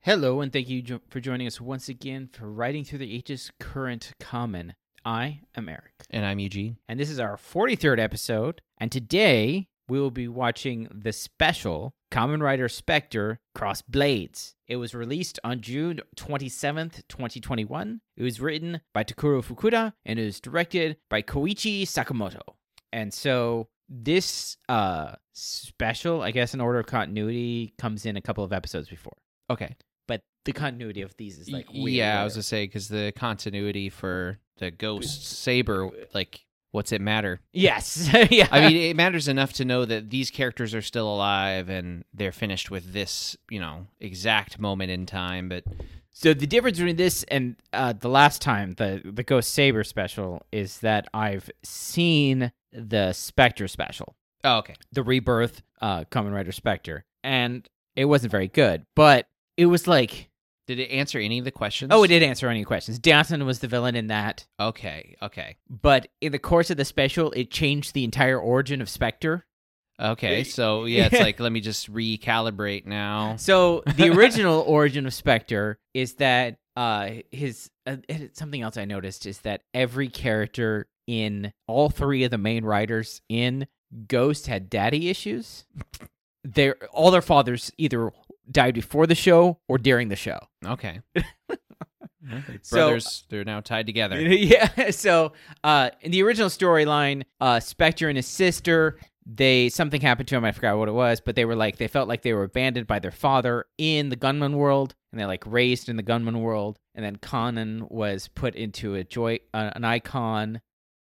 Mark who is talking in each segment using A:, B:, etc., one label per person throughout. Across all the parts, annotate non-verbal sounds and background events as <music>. A: Hello, and thank you jo- for joining us once again for Writing Through the Ages Current Common. I am Eric,
B: And I'm E Eugene.
A: and this is our 43rd episode. And today we will be watching the special Common Rider Spectre Cross Blades. It was released on June 27th, 2021. It was written by Takuro Fukuda and it was directed by Koichi Sakamoto. And so this uh special, I guess in order of continuity, comes in a couple of episodes before
B: Okay.
A: but the continuity of these is like
B: Y-
A: weird.
B: yeah, I was gonna say because the continuity for the ghost saber, like, what's it matter?
A: yes, uh, <laughs> yeah.
B: I mean, it matters enough to know that these characters are still alive and they're finished with this, you know, exact moment in time. But
A: so the difference between this and uh, the last time the the Ghost Saber special is that I've seen the Spectre special,
B: oh, okay,
A: the Rebirth, uh, Common Rider Spectre, and it wasn't very good, but it was like
B: did it answer any of the questions?
A: oh, it did answer any questions. Danton was the villain in that,
B: Okay, okay,
A: but in the course of the special, it changed the entire origin of Spectre. <laughs>
B: okay. So yeah, it's like let me just recalibrate now.
A: So the original origin of Spectre is that uh his uh, and it's something else I noticed is that every character in all three of the main writers in Ghost had daddy issues. Their all their fathers either died before the show or during the show. <laughs>
B: Okay.
A: So-
B: Brothers, they're now tied together.
A: <laughs> Yeah. So uh, in the original storyline, uh, Spectre and his sister, they something happened to him. I forgot what it was, but they were like they felt like they were abandoned by their father in the gunman world, and they like raised in the gunman world. And then Conan was put into a joy uh, an icon,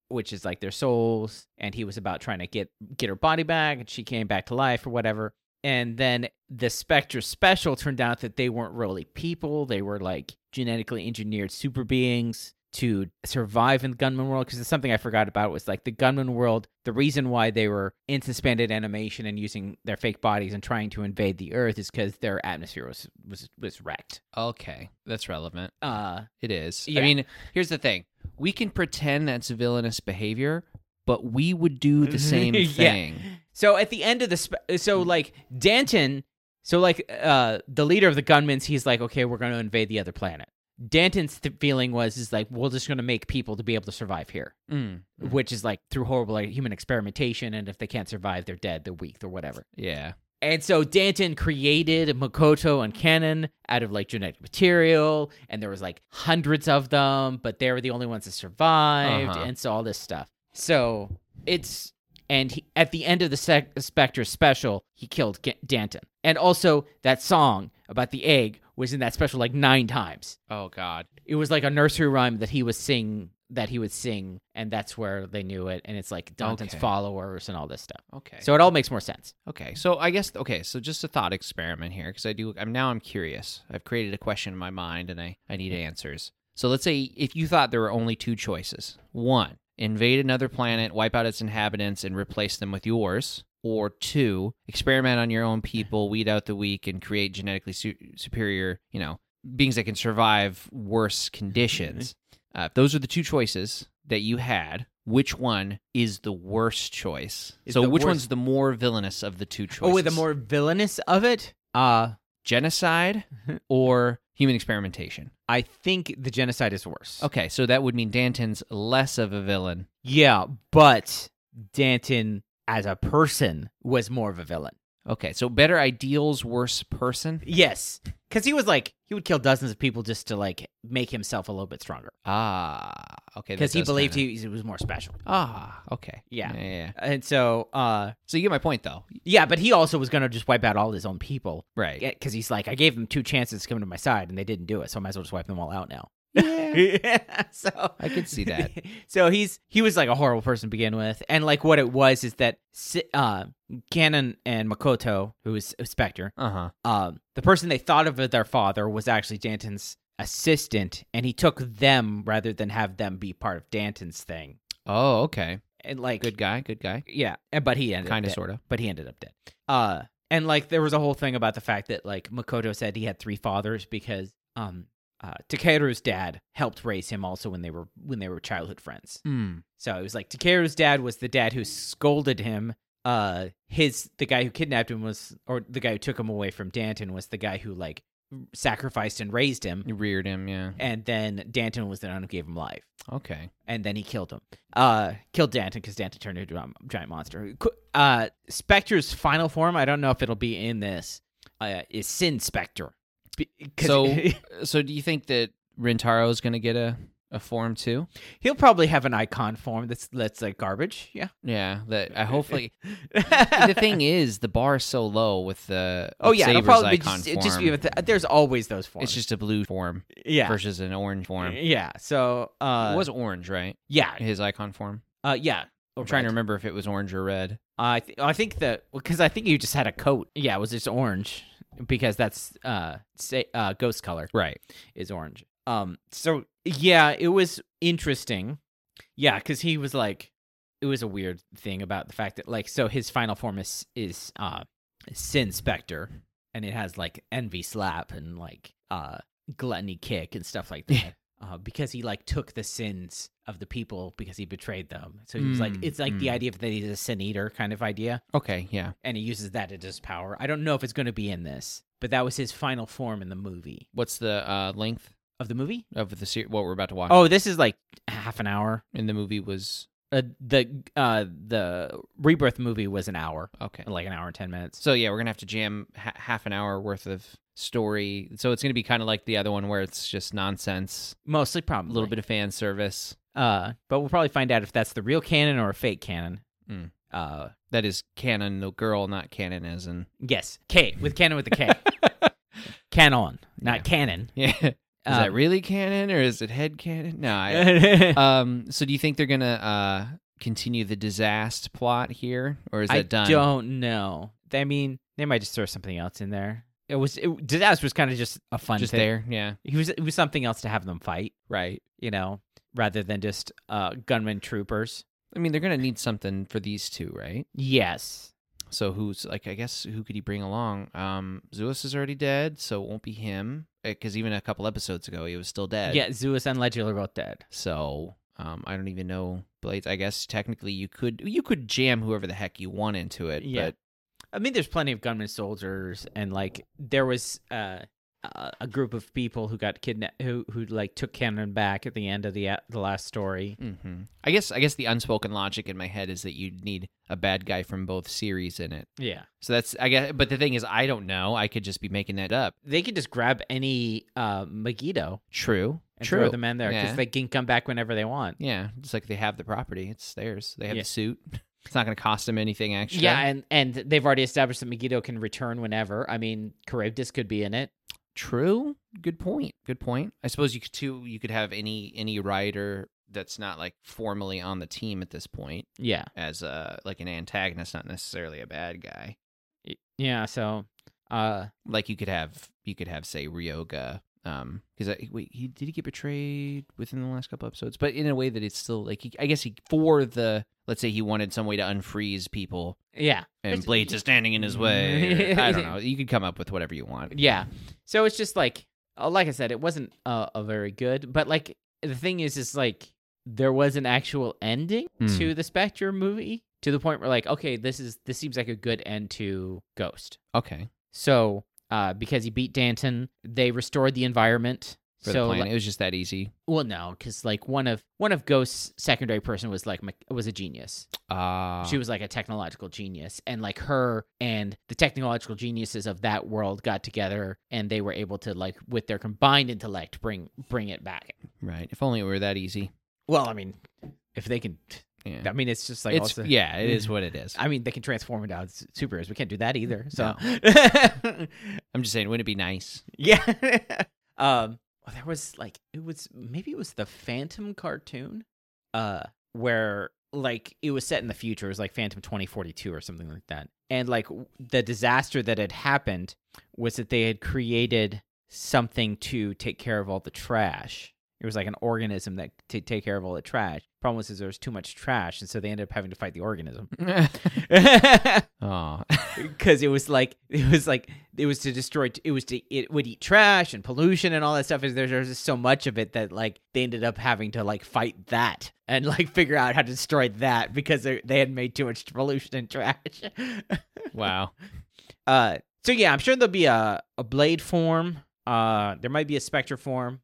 A: which is like their souls, and he was about trying to get get her body back, and she came back to life or whatever. And then the Spectre special turned out that they weren't really people. They were like genetically engineered super beings to survive in the gunman world. Because something I forgot about was like the gunman world, the reason why they were in suspended animation and using their fake bodies and trying to invade the earth is because their atmosphere was, was, was wrecked.
B: Okay, that's relevant.
A: Uh,
B: It is.
A: Yeah.
B: I mean, here's the thing. We can pretend that's villainous behavior, but we would do the
A: <laughs>
B: same
A: Yeah.
B: thing.
A: So at the end of the spe- so like Danton, so like uh the leader of the gunmen's, he's like, okay, we're going to invade the other planet. Danton's th- feeling was is like, we're just going to make people to be able to survive here,
B: Mm.
A: which is like through horrible like, human experimentation, and if they can't survive, they're dead, they're weak, they're whatever.
B: Yeah.
A: And so Danton created Makoto and Canon out of like genetic material, and there was like hundreds of them, but they were the only ones that survived,
B: Uh-huh.
A: and so all this stuff. So it's and he, at the end of the sec- Spectre special, he killed Ga- Danton, and also that song about the egg was in that special like nine times.
B: Oh God.
A: It was like a nursery rhyme that he was sing that he would sing, and that's where they knew it. And it's like Danton's
B: Okay.
A: followers and all this stuff.
B: Okay.
A: So it all makes more sense.
B: okay. So I guess okay. So just a thought experiment here, because I do. I'm now. I'm curious. I've created a question in my mind, and I I need answers. So let's say if you thought there were only two choices: one, invade another planet, wipe out its inhabitants, and replace them with yours. Or two, experiment on your own people, weed out the weak, and create genetically su- superior, you know, beings that can survive worse conditions.
A: Mm-hmm.
B: Uh, if those are the two choices that you had. Which one is the worst choice?
A: Is
B: so,
A: the
B: which
A: worst-
B: one's the more villainous of the two choices?
A: Oh, with the more villainous of it, uh, <laughs>
B: genocide or human experimentation?
A: I think the genocide is worse.
B: Okay, so that would mean Danton's less of a villain.
A: Yeah, but Danton as a person was more of a villain.
B: Okay, so better ideals, worse person.
A: Yes, because he was like he would kill dozens of people just to like make himself a little bit stronger
B: Ah, okay,
A: because he believed he, he was more special.
B: Ah, okay,
A: Yeah.
B: yeah, yeah.
A: And so, uh,
B: So you get my point, though,
A: yeah, but he also was gonna just wipe out all his own people
B: right?
A: because he's like, I gave them two chances to come to my side and they didn't do it, so I might as well just wipe them all out now. <laughs>
B: Yeah.
A: yeah, so
B: I could see that.
A: <laughs> so he's he was like a horrible person to begin with, and like what it was is that Si- uh, Canon and Makoto, who is Spectre,
B: Uh huh.
A: um, the person they thought of as their father was actually Danton's assistant, and he took them rather than have them be part of Danton's thing.
B: Oh, okay.
A: And like,
B: Good guy. Good guy.
A: yeah, and- but he ended
B: Kind of,
A: dead.
B: sort of.
A: but he ended up dead. Uh, and like there was a whole thing about the fact that like Makoto said he had three fathers because um. Uh, Takeru's dad helped raise him also when they were when they were childhood friends.
B: Hmm.
A: So it was like Takeru's dad was the dad who scolded him. Uh, his the guy who kidnapped him was, or the guy who took him away from Danton was the guy who like sacrificed and raised him,
B: You reared him, yeah.
A: and then Danton was the one who gave him life,
B: Okay.
A: and then he killed him. Uh, killed Danton because Danton turned into a giant monster. Qu- Uh, Spectre's final form, I don't know if it'll be in this, uh, is Sin Spectre. Be- 'cause
B: So- So do you think that Rintaro is going to get a, a form too?
A: <laughs> he'll probably have an icon form that's that's like garbage. Yeah.
B: Yeah, that
A: <laughs>
B: I hopefully. the thing is, the bar is so low with the
A: Oh
B: with
A: yeah, it'll
B: Saber's
A: probably
B: icon
A: just, it just be
B: form.
A: with the, uh, there's always those forms.
B: it's just a blue form
A: yeah,
B: versus an orange form.
A: yeah. So uh,
B: it was orange, right?
A: yeah,
B: His icon form.
A: uh, yeah.
B: I'm trying to remember if it was orange or red.
A: I th- I think that because I think you just had a coat. Yeah, it was just orange because that's uh say uh ghost color
B: Right.
A: is orange. Um, so yeah, it was interesting. Yeah, because he was like, it was a weird thing about the fact that like, so his final form is is uh sin specter, and it has like envy slap and like uh gluttony kick and stuff like
B: Yeah. <laughs>
A: that. Uh, because he like took the sins of the people because he betrayed them. So he was like,
B: Mm,
A: it's like the
B: mm.
A: idea of that he's a sin eater kind of idea
B: Okay. Yeah.
A: and he uses that as his power. I don't know if it's going to be in this, but that was his final form in the movie.
B: What's the uh, length
A: Of the movie?
B: of the ser- what we're about to watch?
A: Oh, this is like half an hour.
B: and the movie was
A: Uh, the uh, the rebirth movie was an hour,
B: okay.
A: like an hour and ten minutes.
B: So yeah, we're gonna have to jam ha- half an hour worth of story. So it's gonna be kind of like the other one where it's just nonsense,
A: Mostly,
B: a
A: probably
B: little bit of fan service.
A: Uh, but we'll probably find out if that's the real canon or a fake canon.
B: Mm.
A: Uh,
B: That is canon, the girl, not canon as in <laughs>
A: yes, K with canon with a K, canon, not
B: Yeah.
A: canon.
B: yeah. Is
A: Um,
B: that really canon or is it head canon? No.
A: <laughs>
B: <laughs> I, um. So do you think they're gonna uh continue the disaster plot here, or is that
A: I
B: done?
A: don't know. I mean, they might just throw something else in there. It was it, disaster was kind of just a fun
B: Just
A: thing.
B: there. Yeah.
A: It was it was something else to have them fight,
B: Right.
A: you know, rather than just uh, gunmen troopers.
B: I mean, they're gonna need something for these two, right?
A: Yes.
B: So who's like? I guess who could he bring along? Um, Zeus is already dead, so it won't be him. Because even a couple episodes ago, he was still dead.
A: Yeah, Zeus and Legion are both dead.
B: So um, I don't even know Blades. I guess technically you could you could jam whoever the heck you want into it.
A: Yeah.
B: But
A: I mean, there's plenty of gunmen soldiers, and like there was uh, a a group of people who got kidnapped, who who like took Cannon back at the end of the uh, the last story.
B: mhm. I guess I guess the unspoken logic in my head is that you'd need a bad guy from both series in it.
A: Yeah,
B: So that's I guess. But the thing is, I don't know. I could just be making that up.
A: they could just grab any uh, Megiddo
B: True.
A: and
B: True.
A: throw them in there because
B: Yeah.
A: they can come back whenever they want.
B: Yeah, it's like they have the property. It's theirs. They have
A: Yeah.
B: the suit. <laughs> It's not going to cost them anything extra.
A: Yeah, and and they've already established that Megiddo can return whenever. I mean, Charybdis could be in it.
B: True. Good point. Good point. I suppose you could too. You could have any any rider that's not like formally on the team at this point
A: Yeah.
B: as a like an antagonist, not necessarily a bad guy.
A: Y- Yeah, so uh
B: Like you could have you could have say Ryoga. Um, because wait, he did he get betrayed within the last couple episodes, but in a way that it's still like he, I guess he for the let's say he wanted some way to unfreeze people
A: yeah.
B: and
A: It's-
B: Blades is standing in his
A: <laughs>
B: way. or- I don't know. You could come up with whatever you want.
A: Yeah. So it's just like uh, like I said it wasn't uh, a very good, but like the thing is is like there was an actual ending
B: Hmm.
A: to the Spectre movie to the point where like okay, this is this seems like a good end to Ghost.
B: Okay.
A: So, uh because he beat Danton, they restored the environment.
B: For
A: so
B: the
A: like,
B: planet, it was just that easy.
A: Well, no, because like one of one of Ghost's secondary person was like mech- was a genius.
B: Ah,
A: She was like a technological genius, and like her and the technological geniuses of that world got together, and they were able to like with their combined intellect bring bring it back.
B: right. If only it were that easy.
A: Well, I mean, if they can,
B: Yeah.
A: I mean, it's just like
B: it's
A: also,
B: yeah,
A: <laughs>
B: it is what it is.
A: I mean, they can transform into s- superheroes. We can't do that either. So, <laughs>
B: I'm just saying, wouldn't it be nice?
A: yeah. um, well, there was like it was maybe it was the Phantom cartoon, uh, where like it was set in the future. It was like Phantom twenty forty two or something like that. And like w- the disaster that had happened was that they had created something to take care of all the trash. It was like an organism that to take care of all the trash. Problem was, is there was too much trash, and so they ended up having to fight the organism. <laughs>
B: oh,
A: because it was like <laughs> it was like it was to destroy it was to it would eat trash and pollution and all that stuff is there's, there's just so much of it that like they ended up having to like fight that and like <laughs> figure out how to destroy that because they they had made too much pollution and trash
B: <laughs>
A: <laughs>
B: wow.
A: uh so yeah i'm sure there'll be a, a blade form Uh, there might be a Spectre form.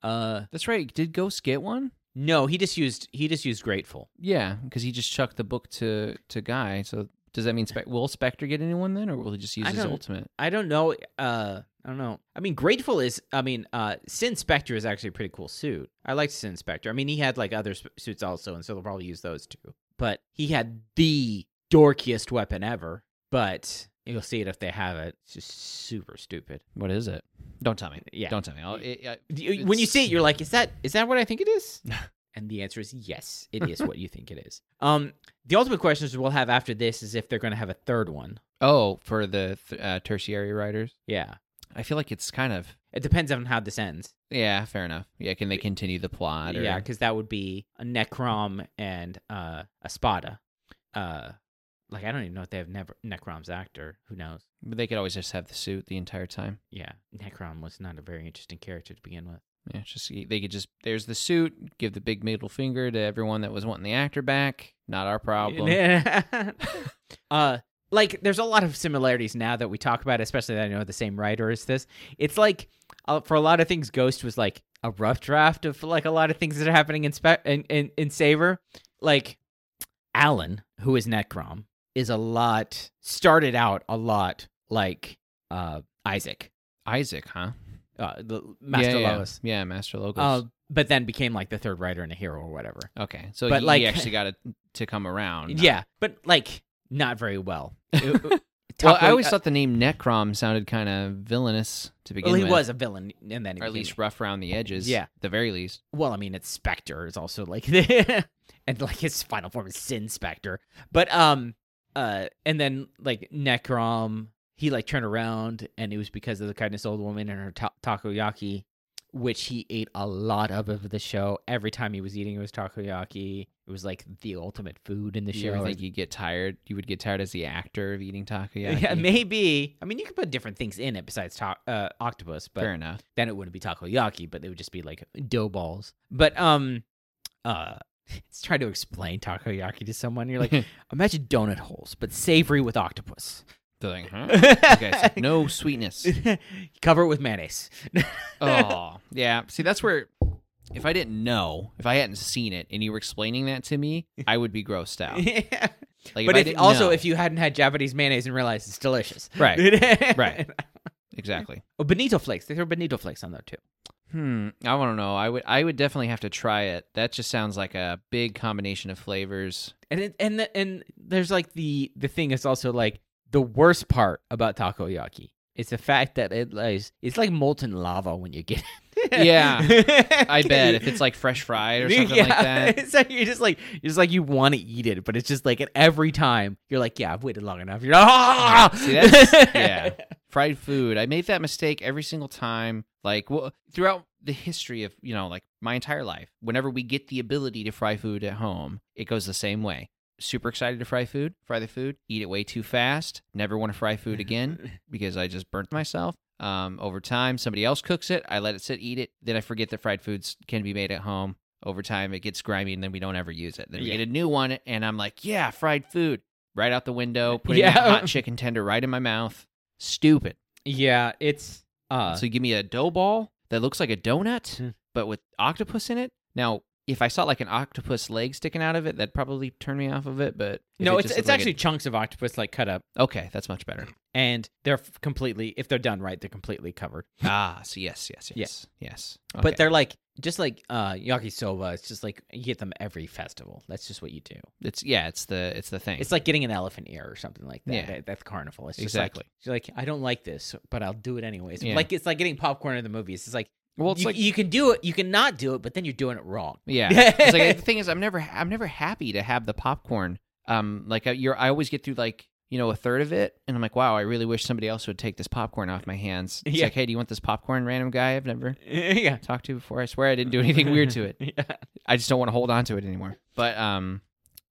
A: Uh,
B: That's right. Did Ghost get one?
A: no, he just used he just used grateful.
B: Yeah, because he just chucked the book to to Guy. So does that
A: <laughs>
B: mean Spe- will Spectre get anyone then, or will he just use
A: I
B: his
A: don't-
B: ultimate?
A: I don't know. Uh, I don't know. I mean, grateful is. I mean, uh, Sin Spectre is actually a pretty cool suit. I liked Sin Spectre. I mean, he had like other sp- suits also, and so they'll probably use those too. But he had the dorkiest weapon ever. But you'll see it if they have it. It's just super stupid.
B: What is it? Don't tell me.
A: Yeah.
B: Don't tell me. I'll, it, I,
A: Do you- when you
B: It's-
A: see it, you're like, is that is that what I think it is? and the answer is yes, it is what you think it is. Um, the ultimate questions we'll have after this is if they're going to have a third one.
B: oh, for the th- uh, tertiary writers,
A: Yeah,
B: I feel like it's kind of
A: it depends on how this ends.
B: yeah, fair enough. Yeah, can they continue the plot? Or,
A: Yeah, because that would be a Necrom and uh, a Spada. Uh, like I don't even know if they have never Necrom's actor. Who knows?
B: but they could always just have the suit the entire time.
A: Yeah, Necrom was not a very interesting character to begin with.
B: Yeah, it's just they could just there's the suit. Give the big middle finger to everyone that was wanting the actor back. Not our problem. <laughs>
A: <laughs> uh like there's a lot of similarities now that we talk about especially that i know the same writer as this it's like uh, for a lot of things ghost was like a rough draft of like a lot of things that are happening in spe- in, in, in savor like alan who is necrom is a lot started out a lot like uh isaac
B: Isaac, huh?
A: uh, the master
B: yeah, yeah.
A: lois
B: Yeah, Master Logos.
A: uh, but then became like the third writer and a hero or whatever
B: Okay, so
A: But,
B: he,
A: like-
B: actually got it to come around.
A: <laughs>
B: not-
A: yeah but like not very well
B: Well,
A: <laughs> Top
B: I
A: wa-
B: always
A: uh,
B: thought the name Necrom sounded kind of villainous to begin
A: Well, he
B: with.
A: was a villain, and then he
B: or at
A: became-
B: least rough around the edges.
A: Yeah.
B: the very least.
A: Well, I mean, it's Spectre is also like, <laughs> and like his final form is Sin Spectre. But um, uh, and then like Necrom, he like turned around, and it was because of the kindness old woman and her ta- takoyaki, which he ate a lot of of the show. Every time he was eating, it was takoyaki. It was like the ultimate food in the
B: You
A: show.
B: ever
A: or
B: think you get tired? You would get tired as the actor of eating
A: <laughs>
B: takoyaki.
A: yeah, maybe. I mean, you could put different things in it besides ta- uh, octopus, but
B: fair enough.
A: then it wouldn't be takoyaki, but it would just be like dough balls. But um, uh, <laughs> it's trying to explain takoyaki to someone.
B: <laughs>
A: You're like, imagine donut holes, but savory with octopus.
B: They're like, huh? Okay, so
A: <laughs> okay,
B: no sweetness. <laughs>
A: cover it with mayonnaise.
B: Oh, yeah. See, that's where. If I didn't know, if I hadn't seen it, and you were explaining that to me, I would be
A: <laughs>
B: grossed out. Oh. Like,
A: But
B: I
A: if,
B: didn't
A: also,
B: know-
A: if you hadn't had Japanese mayonnaise and realized it's delicious,
B: <laughs>
A: <laughs>
B: right,
A: right.
B: exactly.
A: Oh, bonito flakes. They throw bonito flakes on there too.
B: Hmm. I don't know. I would. I would definitely have to try it. That just sounds like a big combination of flavors.
A: and it, and the, and there's like the the thing is also like the worst part about takoyaki is the fact that it is it's like molten lava when you get it. <laughs>
B: Yeah, I bet if it's like fresh fried or something
A: <laughs>
B: like that.
A: so you're just like you're just like you want to eat it, but it's just like at every time you're like, yeah, I've waited long enough. You're like, ah,
B: See, that's- yeah. Fried food. I made that mistake every single time. Like well, throughout the history of you know, like my entire life, whenever we get the ability to fry food at home, it goes the same way. Super excited to fry food, fry the food, eat it way too fast. Never want to fry food again because I just burnt myself. Um, over time, somebody else cooks it. I let it sit, eat it. Then I forget that fried foods can be made at home. Over time, it gets grimy, and then we don't ever use it. Then we
A: Yeah.
B: get a new one, and I'm like, "Yeah, fried food!" Right out the window,
A: <laughs>
B: putting
A: Yeah.
B: that hot chicken tender right in my mouth. Stupid.
A: <laughs> yeah. It's uh,
B: so you give me a dough ball that looks like a donut,
A: Hmm.
B: but with octopus in it. Now, if I saw like an octopus leg sticking out of it, that'd probably turn me off of it. But if
A: no,
B: it
A: it's
B: just
A: it's
B: looked like
A: actually chunks of octopus like cut up,
B: a- okay. That's
A: <clears throat>
B: much better.
A: and they're f- completely if they're done right, they're completely covered.
B: ah, so yes, yes,
A: Yeah.
B: yes, yes.
A: But
B: Okay.
A: they're like just like uh yakisoba, it's just like you get them every festival. That's just what you do.
B: it's yeah, it's the it's the thing.
A: It's like getting an elephant ear or something like that.
B: Yeah.
A: That, that's carnival. It's just
B: exactly.
A: Like, you're like, I don't like this, but I'll do it anyways.
B: Yeah.
A: Like it's like getting popcorn in the movies. It's like
B: well, it's
A: you,
B: like
A: you can do it, you can not do it, but then you're doing it wrong. <laughs>
B: Yeah. It's like, the thing is, I'm never, I'm never happy to have the popcorn. Um, like I, you're, I always get through like, you know, a third of it, and I'm like, wow, I really wish somebody else would take this popcorn off my hands. It's
A: Yeah.
B: like, hey, do you want this popcorn? Random guy I've never
A: <laughs> yeah.
B: talked to before. I swear I didn't do anything weird to it.
A: <laughs> Yeah.
B: I just don't want to hold on to it anymore. But um,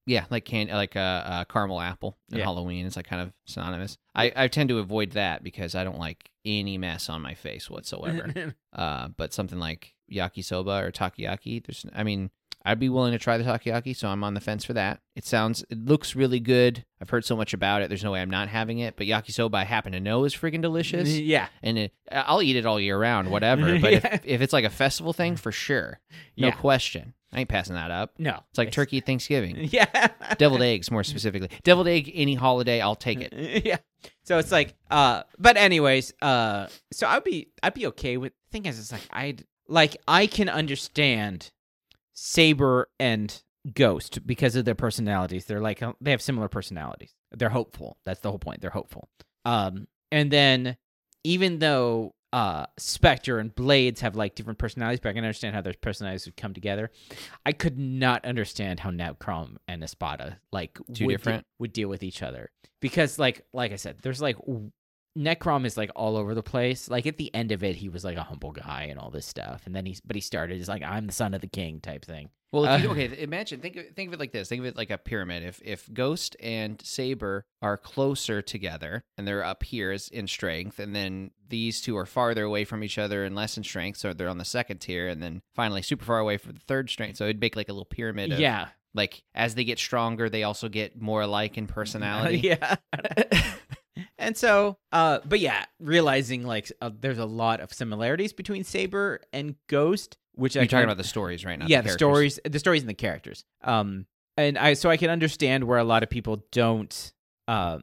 B: yeah, like can like uh, uh caramel apple and
A: Yeah.
B: Halloween is like kind of synonymous. I I tend to avoid that because I don't like any mess on
A: <laughs>
B: my face whatsoever. Uh, but something like yakisoba or takoyaki, there's, I mean, I'd be willing to try the takoyaki, so I'm on the fence for that. It sounds, it looks really good. I've heard so much about it. There's no way I'm not having it. But yakisoba, I happen to know, is freaking delicious,
A: Yeah.
B: and it, I'll eat it all year round, whatever. But
A: Mm-hmm. <laughs> Yeah.
B: if, if it's like a festival thing, for sure, no
A: Yeah.
B: question, I ain't passing that up.
A: No.
B: It's like turkey at Thanksgiving,
A: <laughs> Yeah.
B: deviled eggs, more specifically. Deviled egg, any holiday, I'll take
A: <laughs>
B: it.
A: yeah. So it's like uh but anyways, uh so I'd be I'd be okay with thing is it's like I'd like I can understand Saber and Ghost because of their personalities. They're like uh, they have similar personalities. They're hopeful. That's the whole point. They're hopeful. Um and then even though uh Spectre and Blades have like different personalities, but I can understand how their personalities would come together. I could not understand how Nabcrom and Espada like
B: Two
A: would de-
B: different-
A: would deal with each other because like like I said, there's like w- Necrom is like all over the place. Like at the end of it, he was like a humble guy and all this stuff, and then he's but he started as like I'm the son of the king type thing.
B: Well, if you,
A: Uh.
B: okay. th- Imagine think of, think of it like this. Think of it like a pyramid. If if Ghost and Saber are closer together and they're up here as in strength, and then these two are farther away from each other and less in strength, so they're on the second tier, and then finally super far away from the third strength. So it'd make like a little pyramid. Of,
A: Yeah, <laughs>
B: Like as they get stronger, they also get more alike in personality.
A: yeah. <laughs> and so, uh, but yeah, realizing like uh, there's a lot of similarities between Saber and Ghost, which I
B: You're
A: can-
B: talking about the stories right now.
A: yeah the,
B: characters.
A: stories the stories and the characters um and i so i can understand where a lot of people don't uh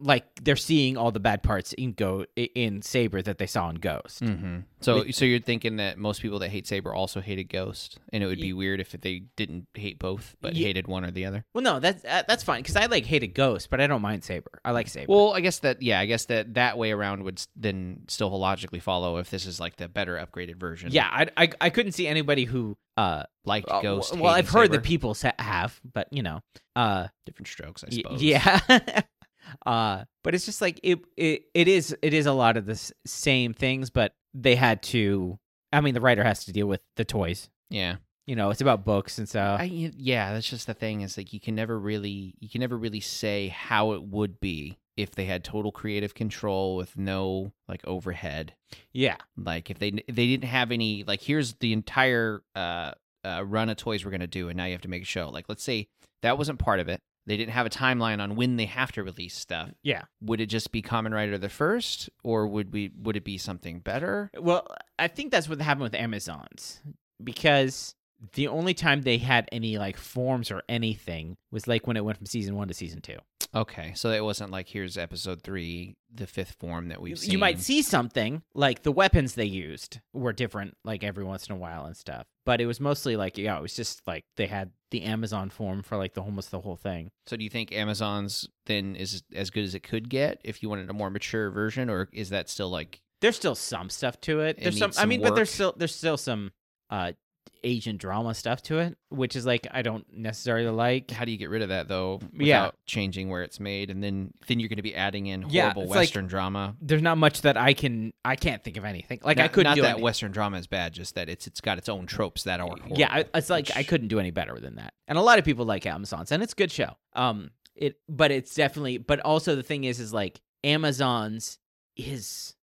A: like they're seeing all the bad parts in go in saber that they saw in ghost
B: hmm So, so you're thinking that most people that hate Saber also hated Ghost, and it would be weird if they didn't hate both, but
A: Ye-
B: hated one or the other.
A: well no that's uh, that's fine because i like hated ghost but i don't mind saber i like saber
B: Well, I guess that yeah, I guess that that way around would s- then still logically follow if this is like the better upgraded version.
A: yeah I, I i couldn't see anybody who uh
B: like
A: uh,
B: Ghost.
A: well i've
B: hating
A: heard
B: Saber.
A: that people sa- have but you know uh
B: different strokes, I
A: Y-
B: suppose.
A: Yeah. <laughs> uh, but it's just like it, it it is it is a lot of the s- same things, but they had to. I mean, the writer has to deal with the toys.
B: yeah,
A: You know, it's about books, and so
B: I, yeah. That's just the thing is like you can never really you can never really say how it would be if they had total creative control with no like overhead.
A: yeah,
B: Like if they if they didn't have any like here's the entire uh, uh run of toys we're gonna do, and now you have to make a show. Like let's say that wasn't part of it. They didn't have a timeline on when they have to release stuff.
A: Mm, yeah.
B: would it just be Common Rider the first, or would we would it be something better?
A: Well, I think that's what happened with Amazon's because the only time they had any like forms or anything was like when it went from season one to season two.
B: Okay, so it wasn't like here's episode three, the fifth form that we've seen.
A: you might see something like the weapons they used were different like every once in a while and stuff but it was mostly like yeah it was just like they had the amazon form for like the almost the whole thing
B: So do you think Amazon's then is as good as it could get if you wanted a more mature version, or is that still like
A: there's still some stuff to it
B: It
A: there's some,
B: needs
A: i
B: some
A: mean but there's
B: work.
A: still there's still some uh asian drama stuff to it which is like i don't necessarily like
B: how do you get rid of that though? Without
A: Yeah.
B: changing where it's made, and then then you're going to be adding in
A: Yeah,
B: horrible
A: it's like-
B: Western drama.
A: there's not much that i can i can't think of anything like i
B: Not-
A: couldn't
B: not
A: do
B: that
A: any-
B: Western drama is bad, just that it's it's got its own tropes that are horrible.
A: yeah I, it's like i
B: which-
A: couldn't do any better than that and a lot of people like amazon's and it's a good show um it but it's definitely but also the thing is is like amazon's is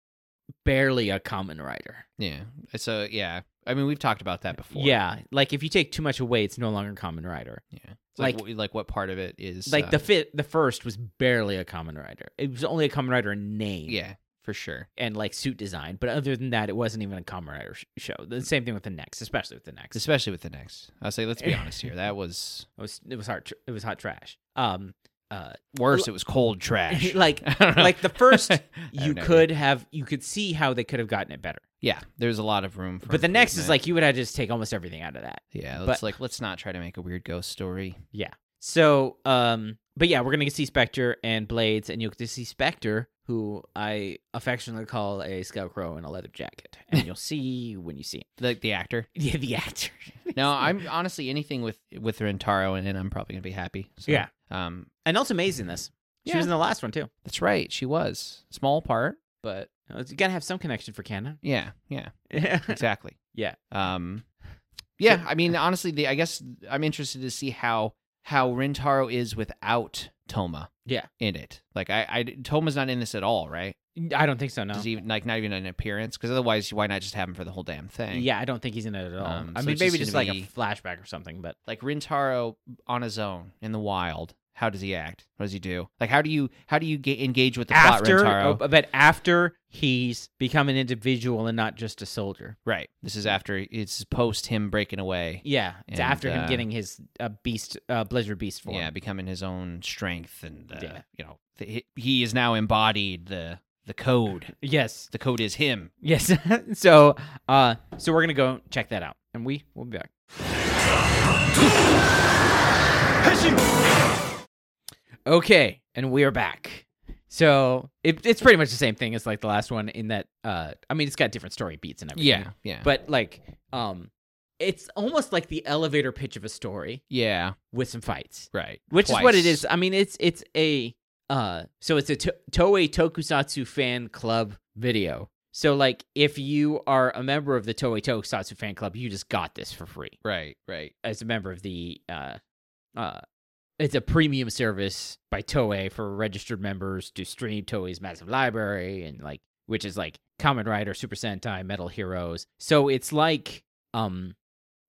A: barely a common writer
B: yeah. So yeah, I mean we've talked about that before.
A: yeah like if you take too much away it's no longer common writer
B: yeah. It's like
A: Like-
B: like, like what part of it is
A: like
B: uh,
A: the fit the first was barely a common writer it was only a common writer in name
B: Yeah, for sure.
A: and like suit design but other than that it wasn't even a common writer sh- show the same thing with the next especially with the next
B: Especially with the next. I'll
A: <laughs>
B: say, let's be honest here. That was
A: it was it was hard tr- it was hot trash um uh
B: worse. It was cold
A: <laughs>
B: trash.
A: like
B: <laughs> I don't know.
A: like the first
B: I have
A: you
B: no
A: could have you could see how they could have gotten it better
B: idea. <laughs> Yeah, there's a lot of room for.
A: but the next is
B: improvement.
A: like you would have to just take almost everything out of that
B: Yeah,
A: but-
B: let's like let's not try to make a weird ghost story.
A: so um but yeah we're gonna see spectre and blades and you'll get to see spectre who i affectionately call a scarecrow in a leather jacket and you'll see when you see <laughs> him
B: Like the actor.
A: yeah the actor <laughs>
B: No, I'm honestly anything with with Rentaro and in, I'm probably gonna be happy. So,
A: Yeah.
B: Um,
A: and also May's in this she
B: Yeah.
A: was in the last one too
B: that's right. She was small part, but
A: you gotta have some connection for canon
B: yeah, yeah,
A: <laughs> yeah
B: exactly.
A: Yeah.
B: Um, yeah. I mean, honestly, the I guess I'm interested to see how how Rentaro is without Toma.
A: Yeah.
B: in it. Like I, I Toma's not in this at all, right?
A: I don't think so. No.
B: Does he even like not even an appearance? Because otherwise, why not just have him for the whole damn thing?
A: Yeah, I don't think he's in it at all.
B: Um,
A: I
B: so
A: mean,
B: it's just
A: maybe just
B: gonna
A: like
B: be-
A: a flashback or something. But
B: like Rintaro on his own in the wild. How does he act? What does he do? Like how do you how do you get engage with the
A: after,
B: plot, Rintaro?
A: oh, but after he's become an individual and not just a soldier.
B: right. This is after it's post him breaking away.
A: Yeah, it's
B: And,
A: after
B: uh,
A: him getting his uh, beast, uh, Blizzard Beast form.
B: Yeah, becoming his own strength and uh,
A: Yeah.
B: you know the, he- he is now embodied the the code.
A: Yes.
B: The code is him.
A: Yes. <laughs> so, uh, so we're gonna go check that out, and we will be back. Okay, and we are back. So it, it's pretty much the same thing as like the last one in that. Uh, I mean, it's got different story beats and everything.
B: yeah,
A: but like, um, it's almost like the elevator pitch of a story
B: yeah,
A: with some fights
B: right.
A: which is what it
B: Twice.
A: is. I mean, it's it's a uh, so it's a to- Toei Tokusatsu fan club video. So like, if you are a member of the Toei Tokusatsu fan club, you just got this for free
B: Right, right.
A: as a member of the uh, uh, it's a premium service by Toei for registered members to stream Toei's massive library and like, which is like Kamen Rider, Super Sentai, Metal Heroes. So it's like um,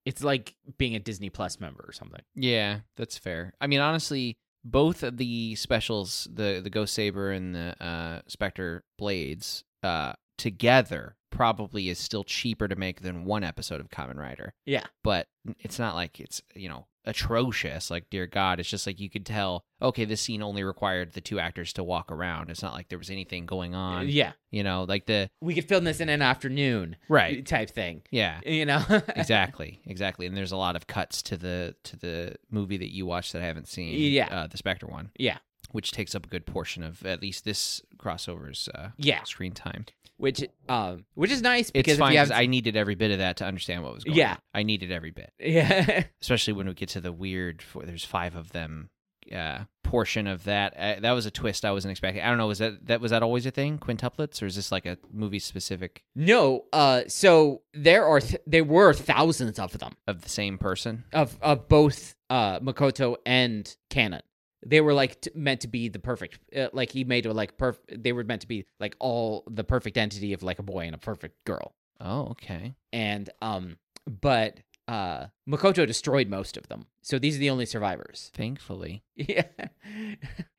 A: it's like being a Disney Plus member or something.
B: Yeah, that's fair. I mean, honestly, both of the specials, the the Ghost Saber and the uh, Spectre Blades, uh, together probably is still cheaper to make than one episode of Common Rider.
A: Yeah.
B: but it's not like it's you know atrocious. Like, dear God, it's just like you could tell. Okay, this scene only required the two actors to walk around. It's not like there was anything going on.
A: Uh, yeah,
B: You know, like the
A: we could film this in an afternoon.
B: right.
A: type thing.
B: Yeah.
A: You know,
B: exactly exactly and there's a lot of cuts to the to the movie that you watched that i haven't seen
A: Yeah.
B: uh, the spectre one
A: Yeah.
B: which takes up a good portion of at least this crossover's uh
A: <laughs> yeah,
B: screen time
A: which um, which is nice
B: it's
A: because
B: fine
A: if you
B: 'cause
A: have,
B: i needed every bit of that to understand what was going
A: Yeah.
B: on i needed every bit <laughs>
A: yeah, <laughs>
B: especially when we get to the weird for there's five of them uh portion of that uh, that was a twist i wasn't expecting i don't know was that that was that always a thing quintuplets or is this like a movie specific
A: no. Uh, so there are th- there were thousands of them
B: of the same person
A: of of both uh Makoto and Canon. They were like t- meant to be the perfect, uh, like he made a like perfect. They were meant to be like all the perfect entity of like a boy and a perfect girl.
B: oh okay
A: And um, but uh, Makoto destroyed most of them, so these are the only survivors. <laughs>
B: thankfully
A: Yeah.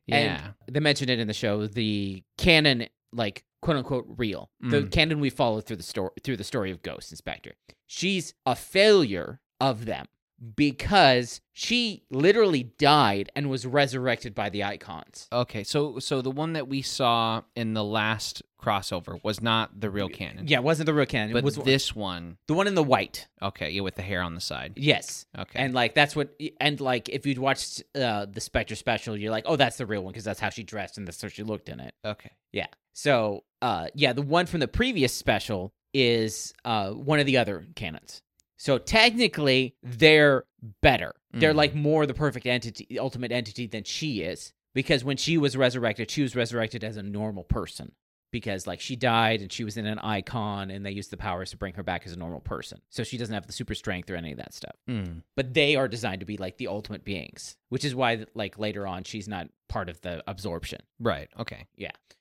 B: yeah
A: they mentioned it in the show the canon like quote unquote real the
B: Mm.
A: canon we follow through the story through the story of ghost inspector she's a failure of them because she literally died and was resurrected by the icons
B: Okay, so so the one that we saw in the last crossover was not the real canon.
A: yeah it wasn't the real canon
B: but
A: it was
B: this one,
A: the one in the white
B: okay, yeah, with the hair on the side.
A: yes
B: Okay,
A: and like that's what and like if you'd watched uh, the spectre special you're like oh that's the real one because that's how she dressed and that's how she looked in it
B: okay,
A: So, uh, yeah, the one from the previous special is uh, one of the other canons. So technically, they're better. They're
B: Mhm.
A: like more the perfect entity, the ultimate entity than she is, because when she was resurrected, she was resurrected as a normal person. Because like she died and she was in an icon, and they used the powers to bring her back as a normal person. So she doesn't have the super strength or any of that stuff.
B: Mm,
A: But they are designed to be like the ultimate beings, which is why like later on she's not part of the absorption.
B: right, okay,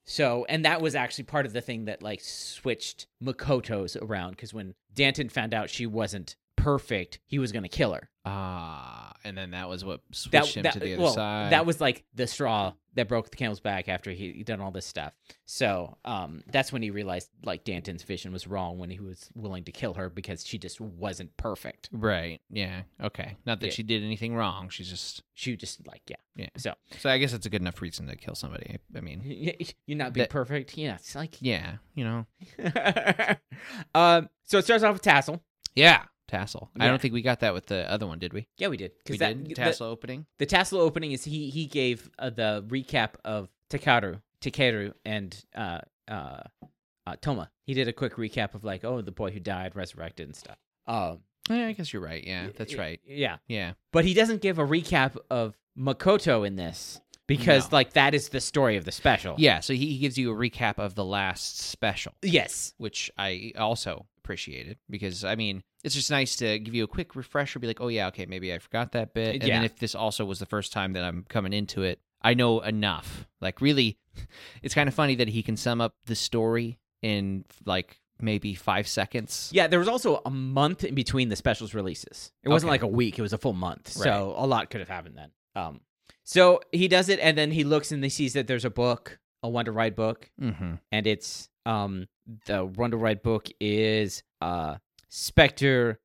A: So, and that was actually part of the thing that like switched Makoto's around because when Danton found out she wasn't perfect, he was going to kill her.
B: ah, and then that was what switched
A: That,
B: him
A: that-
B: to the other
A: well,
B: side.
A: that was like the straw that broke the camel's back after he he done all this stuff. So, um, that's when he realized like Danton's vision was wrong when he was willing to kill her because she just wasn't perfect.
B: right, yeah, okay. Not that
A: Yeah.
B: she did anything wrong. She's just
A: She just like, yeah, <laughs>
B: so I guess that's a good enough reason to kill somebody. I- I mean,
A: you're not being
B: That-
A: perfect. Yeah, it's like,
B: yeah, you know,
A: <laughs> um, so it starts off with Tassel.
B: yeah, tassel. I
A: Yeah.
B: don't think we got that with the other one, did we?
A: Yeah, we did. 'cause
B: We
A: that-
B: did
A: the-
B: tassel opening.
A: the Tassel opening is he he gave uh, the recap of Takaru, Takeru, and uh, uh, uh, Toma. He did a quick recap of like, oh, the boy who died, resurrected, and stuff. Um,
B: Yeah, I guess you're right. Yeah, that's
A: y-
B: right.
A: Yeah,
B: Yeah,
A: but he doesn't give a recap of Makoto in this because
B: No.
A: like that is the story of the special.
B: yeah. So he he gives you a recap of the last special.
A: Yes.
B: which I also appreciated because I mean it's just nice to give you a quick refresher, be like, oh yeah, okay, maybe I forgot that bit, and then
A: Yeah.
B: if this also was the first time that I'm coming into it, I know enough. Like really, <laughs> it's kind of funny that he can sum up the story in like maybe five seconds.
A: Yeah, there was also a month in between the specials releases. It wasn't
B: Okay.
A: like a week, it was a full month. So a lot could have happened then. Um so he does it and then he looks and he sees that there's a book, a Wonder Ride book,
B: Mm-hmm.
A: and it's um the Wonder Ride book is uh Spectre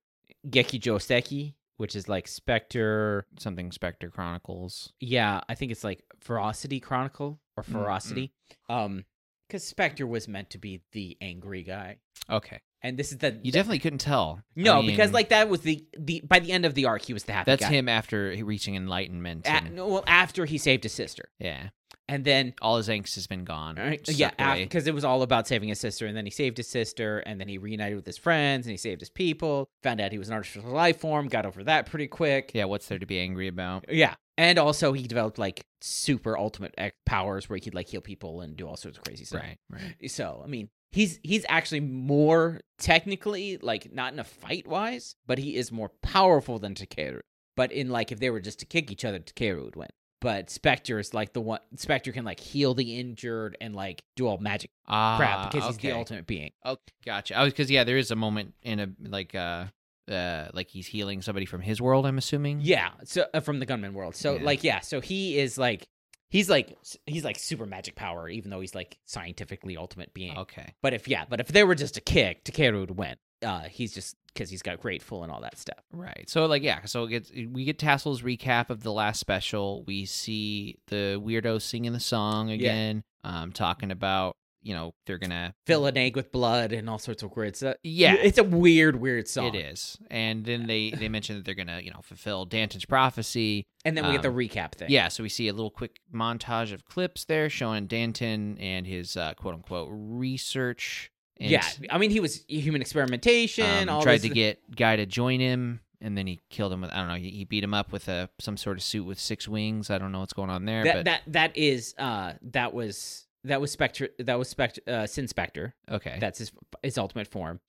A: Gekijo Seki, which is like Spectre
B: Something Spectre Chronicles.
A: yeah, I think it's like Ferocity Chronicle or
B: Mm,
A: Ferocity. Um because Spectre was meant to be the angry guy.
B: Okay,
A: And this is the
B: you definitely couldn't tell. I
A: No, because
B: mean,
A: like that was the the by the end of the arc he was the happy
B: that's
A: guy.
B: him after he- reaching enlightenment.
A: A-
B: and-
A: no, well, after he saved his sister,
B: yeah,
A: and then
B: all his angst has been gone. Swept
A: Uh, yeah,
B: away.
A: because it was all about saving his sister, and then he saved his sister, and then he reunited with his friends, and he saved his people. Found out he was an artificial life form, got over that pretty quick.
B: yeah. What's there to be angry about?
A: Yeah. and also he developed like super ultimate ec- powers where he could like heal people and do all sorts of crazy stuff.
B: Right, right.
A: So I mean, he's he's actually more technically like not in a fight wise, but he is more powerful than Takeru. But in like if they were just to kick each other, Takeru would win. But Spectre is like the one Spectre can like heal the injured and like do all magic
B: Ah,
A: crap because he's the
B: okay.
A: ultimate being.
B: Oh, gotcha. I was because yeah, there is a moment in a like uh uh like he's healing somebody from his world. I'm assuming.
A: Yeah, so uh, from the gunman world. So
B: Yeah.
A: like yeah, so he is like he's like s- he's like super magic power even though he's like scientifically ultimate being.
B: Okay.
A: But if yeah, but if they were just to kick, Takeru would win. Uh he's just cuz he's got grateful and all that stuff.
B: Right. So like yeah. So it gets, we get Tassel's recap of the last special. We see the weirdo singing the song again. Um, talking about you know they're gonna
A: fill an egg with blood and all sorts of weird stuff. <laughs>
B: Yeah.
A: it's a weird, weird song.
B: It is, and then they they mention that they're gonna you know fulfill Danton's prophecy.
A: and then we get the
B: Um,
A: recap thing.
B: Yeah, so we see a little quick montage of clips there showing Danton and his uh, quote unquote research. And
A: yeah. I mean, he was human experimentation.
B: um,
A: all
B: tried
A: this-
B: to get guy to join him, and then he killed him with I don't know. He, he beat him up with a some sort of suit with six wings. I don't know what's going on there,
A: that.
B: but
A: That that is uh that was that was Spectre that was Spectre uh, Sin Spectre.
B: okay,
A: That's his his ultimate form.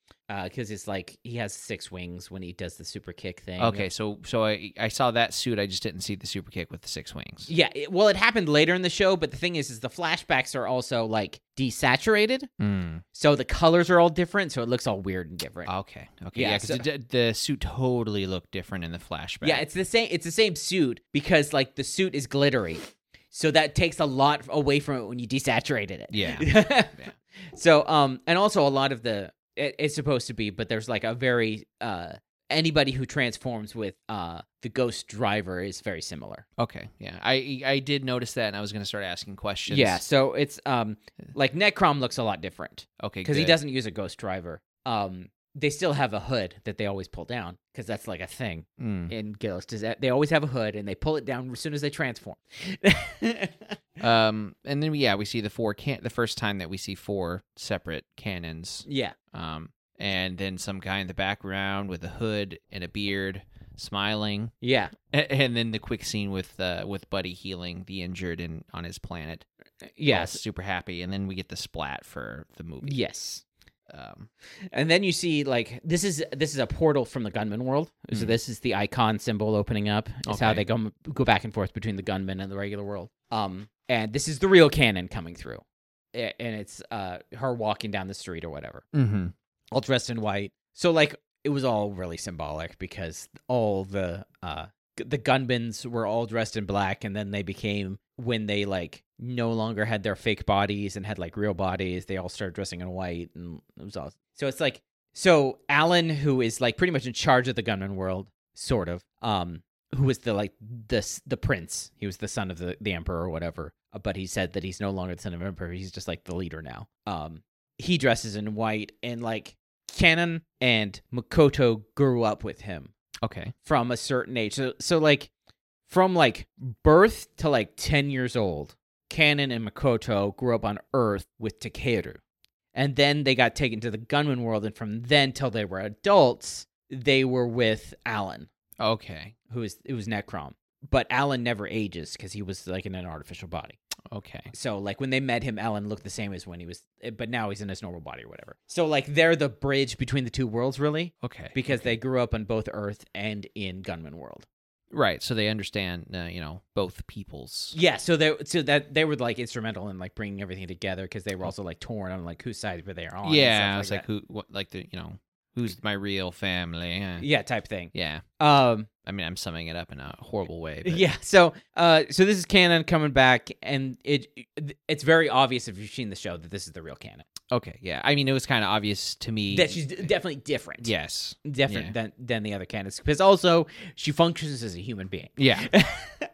A: Because it's like he has six wings when he does the super kick thing.
B: okay. So so I I saw that suit. I just didn't see the super kick with the six wings.
A: Yeah, it- well, it happened later in the show, but the thing is, is the flashbacks are also like desaturated,
B: Mm,
A: so the colors are all different, so it looks all weird and different.
B: okay, okay,
A: Yeah,
B: yeah, because
A: so-
B: the, the suit totally looked different in the flashback.
A: Yeah, it's the same. It's the same suit because like the suit is glittery, so that takes a lot away from it when you desaturated it.
B: Yeah.
A: <laughs>
B: Yeah.
A: So um, and also a lot of the it, it's supposed to be, but there's like a very uh anybody who transforms with uh the ghost driver is very similar.
B: okay, yeah. I I did notice that, and I was gonna start asking questions.
A: Yeah. So it's um like Necrom looks a lot different
B: okay,
A: because he
B: good.
A: doesn't use a ghost driver. Um. They still have a hood that they always pull down because that's like a thing
B: Mm.
A: in Ghost. Is that they always have a hood and they pull it down as soon as they transform. <laughs>
B: Um, and then yeah, we see the four can the first time that we see four separate cannons.
A: Yeah.
B: Um, and then some guy in the background with a hood and a beard, smiling.
A: Yeah.
B: A- And then the quick scene with uh, with Buddy healing the injured and on his planet. All
A: Yes.
B: super happy. And then we get the splat for the movie.
A: Yes.
B: Um,
A: And then you see like this is this is a portal from the gunman world. So
B: Mm.
A: this is the icon symbol opening up. It's how
B: Okay.
A: they go go back and forth between the gunman and the regular world. Um and this is the real canon coming through. A- And it's uh her walking down the street or whatever.
B: mm-hmm.
A: All dressed in white. So like it was all really symbolic because all the uh g- the gunmans were all dressed in black and then they became when they like no longer had their fake bodies and had like real bodies they all started dressing in white and it was all so it's like so alan who is like pretty much in charge of the gunman world sort of um who was the like this the prince he was the son of the, the emperor or whatever uh, but he said that he's no longer the son of emperor he's just like the leader now um he dresses in white and like canon and makoto grew up with him
B: Okay.
A: from a certain age. So, so like from like birth to like 10 years old, Kanon and Makoto grew up on Earth with Takeru. And then they got taken to the gunman world and from then till they were adults, they were with Alan,
B: Okay.
A: who is it was Necrom. But Alan never ages cuz he was like in an artificial body.
B: Okay.
A: So like when they met him, Alan looked the same as when he was eh, but now he's in his normal body or whatever. So like they're the bridge between the two worlds really
B: Okay.
A: because they grew up on both Earth and in gunman world.
B: Right. So they understand, uh, you know, both peoples.
A: Yeah, so they so that they were like instrumental in like bringing everything together because they were also like torn on like whose side were they on. and
B: yeah.
A: stuff
B: it's like,
A: that.
B: who, what, like the, you know, who's my real family? Yeah.
A: yeah, type thing.
B: yeah.
A: Um,
B: <laughs> I mean, I'm summing it up in a horrible way. But
A: yeah. So, uh, so this is canon coming back, and it it's very obvious if you've seen the show that this is the real canon.
B: Okay. Yeah. I mean, it was kind of obvious to me.
A: That she's d- definitely different. <laughs>
B: Yes.
A: different
B: Yeah.
A: than than the other candidates because also she functions as a human being.
B: Yeah.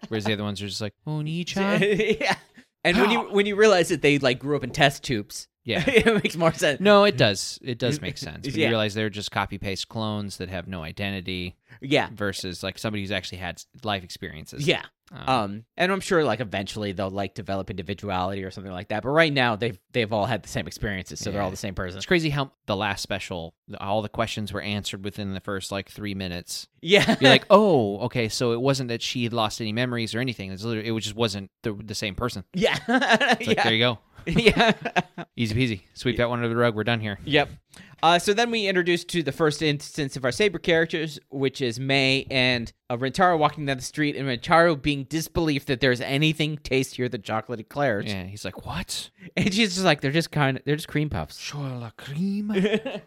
B: Whereas the other ones are just like, Oni-chan?
A: <laughs> yeah. And when you
B: <gasps>
A: when you realize that they like grew up in test tubes, <laughs>
B: Yeah.
A: it makes more sense.
B: No, it does. It
A: <laughs>
B: does make sense. When
A: Yeah.
B: You realize they're just copy paste clones that have no identity
A: Yeah.
B: versus like somebody who's actually had s- life experiences.
A: Yeah.
B: Um,
A: Um and I'm sure like eventually they'll like develop individuality or something like that. But right now they've they've all had the same experiences, so they're all
B: Yeah.
A: the same person.
B: it's crazy how the last special, all the questions were answered within the first like three
A: <laughs>
B: minutes.
A: <laughs> Yeah.
B: You're like, oh, okay, so it wasn't that she had lost any memories or anything. It's literally, it was- just wasn't the, the same person.
A: Yeah.
B: It's like,
A: yeah.
B: there you go.
A: <laughs> yeah.
B: Easy peasy. Sweep that one under the rug. We're done here.
A: Yep. Uh, so then we introduced to the first instance of our Saber characters, which is May and uh, Rentaro walking down the street, and Rentaro being disbelief that there's anything tastier than chocolate eclairs,
B: Yeah. He's like, what?
A: and she's just like, "They're just kind of, they're just cream
B: <laughs>
A: puffs."
B: Sur la creme?
A: yeah.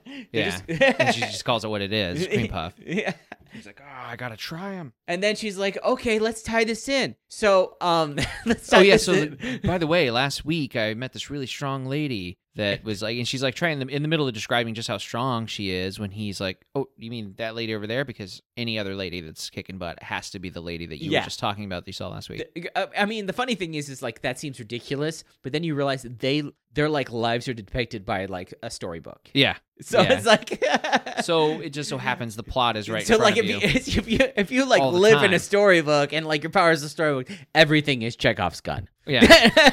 B: Yeah. and she just <laughs> calls it what it
A: <laughs>
B: is cream <laughs> puff.
A: yeah.
B: He's like, oh, I got to try them.
A: And then she's like, "Okay, let's tie this in." So, um, <laughs> let's tie
B: oh yeah.
A: this
B: So
A: in.
B: the- by the way, last week I met this really strong lady that was like, and she's like trying in the middle of describing just how strong she is. When he's like, oh, you mean that lady over there? Because any other lady that's kicking butt has to be the lady that you
A: Yeah.
B: were just talking about that you saw last week.
A: Uh, I mean, the funny thing is, is like that seems ridiculous, but then you realize that they their like lives are depicted by like a storybook. <laughs>
B: yeah.
A: So
B: Yeah.
A: it's like <laughs>
B: So it just so happens the plot is right.
A: so
B: in front
A: like
B: of
A: if
B: you.
A: you, <laughs> if you if you like
B: All the
A: live in
B: time.
A: a storybook and like your power is a storybook, everything is Chekhov's gun.
B: yeah.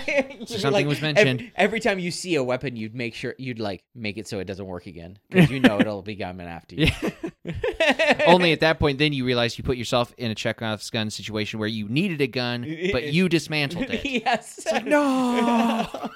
A: <laughs> You're
B: something was
A: ev-
B: mentioned.
A: Every, time you see a weapon, you'd make sure you'd like make it so it doesn't work again because you
B: <laughs>
A: know it'll be coming after you.
B: Only at that point, then you realize you put yourself in a Chekhov's gun situation where you needed a gun, but you
A: <laughs>
B: dismantled it.
A: yes.
B: no.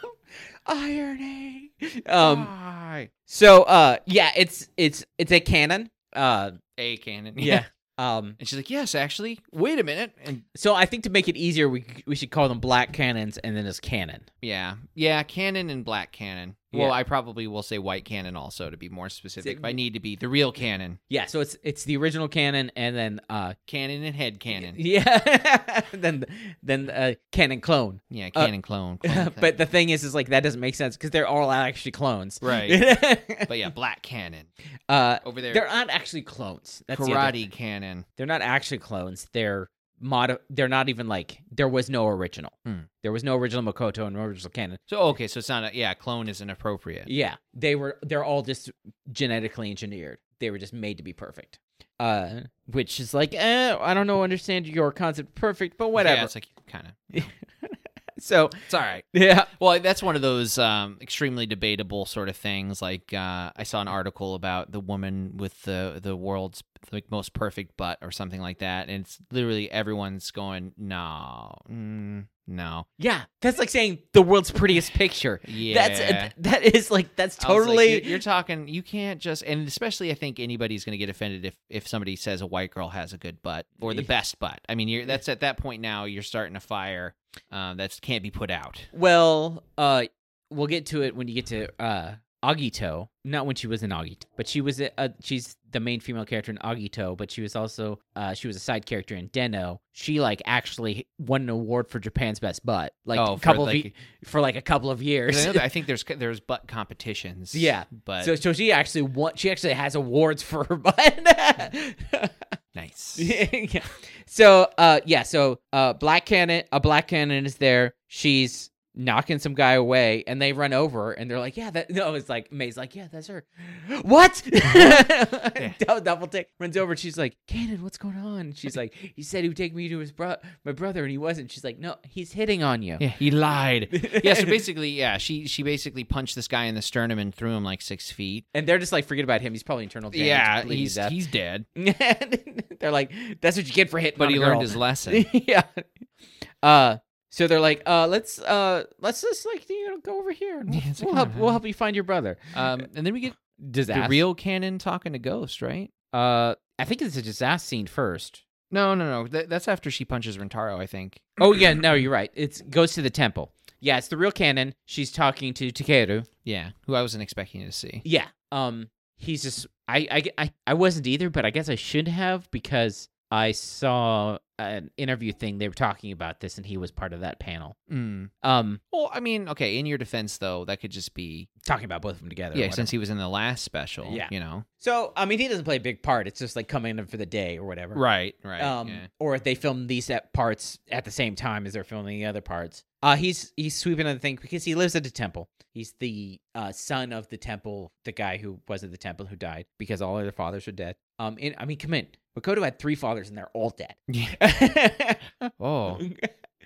A: Irony. Um.
B: Why?
A: So uh. Yeah. It's it's it's a canon. Uh.
B: a cannon. <laughs>
A: Yeah. <laughs> Um.
B: And she's like, yes, actually, wait a minute. And
A: So I think to make it easier, we we should call them black cannons and then as canon.
B: yeah, yeah, cannon and black cannon. Well,
A: Yeah.
B: I probably will say white cannon also to be more specific.
A: it-
B: if I need to be the real cannon,
A: Yeah, so it's it's the original canon, and then uh,
B: cannon and head cannon.
A: <laughs> yeah, <laughs> then then uh, canon clone.
B: Yeah,
A: Uh,
B: cannon clone. clone,
A: <laughs> but the thing is, is like that doesn't make sense because they're all actually clones, <laughs>
B: Right. but yeah, black cannon
A: uh,
B: over there.
A: they're not actually clones. That's the other-
B: karate cannon.
A: They're not actually clones. They're mod. They're not even like there was no original.
B: Hmm.
A: There was no original Makoto and no original canon.
B: So okay, so it's not a yeah, clone isn't appropriate.
A: Yeah, they were. They're all just genetically engineered. They were just made to be perfect. Uh, which is like, eh, I don't know, understand your concept perfect, but whatever.
B: Yeah, it's like kind of.
A: So
B: It's
A: <laughs>
B: all right.
A: yeah,
B: Well, that's one of those um, extremely debatable sort of things. Like uh, I saw an article about the woman with the the world's like most perfect butt or something like that, and it's literally everyone's going, no, mm, no,
A: yeah, that's like saying the world's prettiest picture.
B: yeah.
A: That's that is like that's
B: I was like,
A: totally
B: you're, you're talking. You can't just, and especially, I think anybody's going to get offended if if somebody says a white girl has a good butt or the best butt. I mean, you're that's at that point now. You're starting a fire um, that can't be put out.
A: well. Uh, we'll get to it when you get to uh Agito. Not when she was in Agito, but she was a, uh, she's the main female character in Agito. But she was also uh she was a side character in Deno. She like actually won an award for Japan's best butt like
B: Oh,
A: a
B: for,
A: couple
B: like-
A: of ye- for like a couple of
B: 'Cause I,
A: years.
B: know that- I think there's there's butt competitions.
A: <laughs> Yeah.
B: but
A: So, so she actually won. She actually has awards for her butt. <laughs>
B: nice.
A: yeah. So uh yeah, so uh Black Cannon a Black Cannon is there. She's knocking some guy away and they run over and they're like, Yeah, that <laughs> no, it's like May's like, Yeah, that's her. <gasps> What? <laughs> Dou- Double take runs over and she's like, Cannon, what's going on? She's like, He said he would take me to his bro my brother and he wasn't. She's like, No, he's hitting on you. <laughs>
B: Yeah, he lied. yeah, so basically, yeah, she she basically punched this guy in the sternum and threw him like six feet.
A: And they're just like, forget about him. He's probably internal damage.
B: yeah,
A: bleeding to
B: he's
A: death."
B: he's dead,
A: And <laughs> they're like, that's what you get for hitting.
B: but
A: on
B: he
A: a
B: learned
A: girl." <laughs>
B: his lesson.
A: yeah. Uh, so they're like, uh, let's uh, let's just like you know go over here and we'll,
B: <laughs> Yeah, it's like,
A: we'll
B: come
A: help
B: on,
A: we'll
B: huh?
A: help you find your brother.
B: Um, and then we get the
A: Disaster.
B: real canon talking to Ghost, right?
A: uh, I think it's a disaster scene first.
B: No, no, no. Th- that's after she punches Rentaro, I think.
A: Oh yeah, no, you're right. It goes to the temple. Yeah, it's the real canon. She's talking to Takeru.
B: Yeah, who I wasn't expecting to see.
A: Yeah. Um. He's just. I. I. I, I wasn't either, but I guess I should have because I saw an interview thing. They were talking about this, and he was part of that panel.
B: Mm.
A: Um.
B: Well, I mean, okay. In your defense, though, that could just be
A: Talking about both of them together. or
B: yeah,
A: whatever.
B: since he was in the last special.
A: Yeah.
B: you know.
A: So I mean, he doesn't play a big part. It's just like coming in for the day or whatever.
B: Right, right.
A: um, <laughs>
B: yeah.
A: or if they film these at parts at the same time as they're filming the other parts. Uh, he's he's sweeping on the thing because he lives at the temple. He's the uh, son of the temple, the guy who was at the temple who died because all of their fathers were dead. Um, and, I mean, come in. Makoto had three fathers and they're all dead.
B: Yeah. <laughs> Oh,
A: <laughs>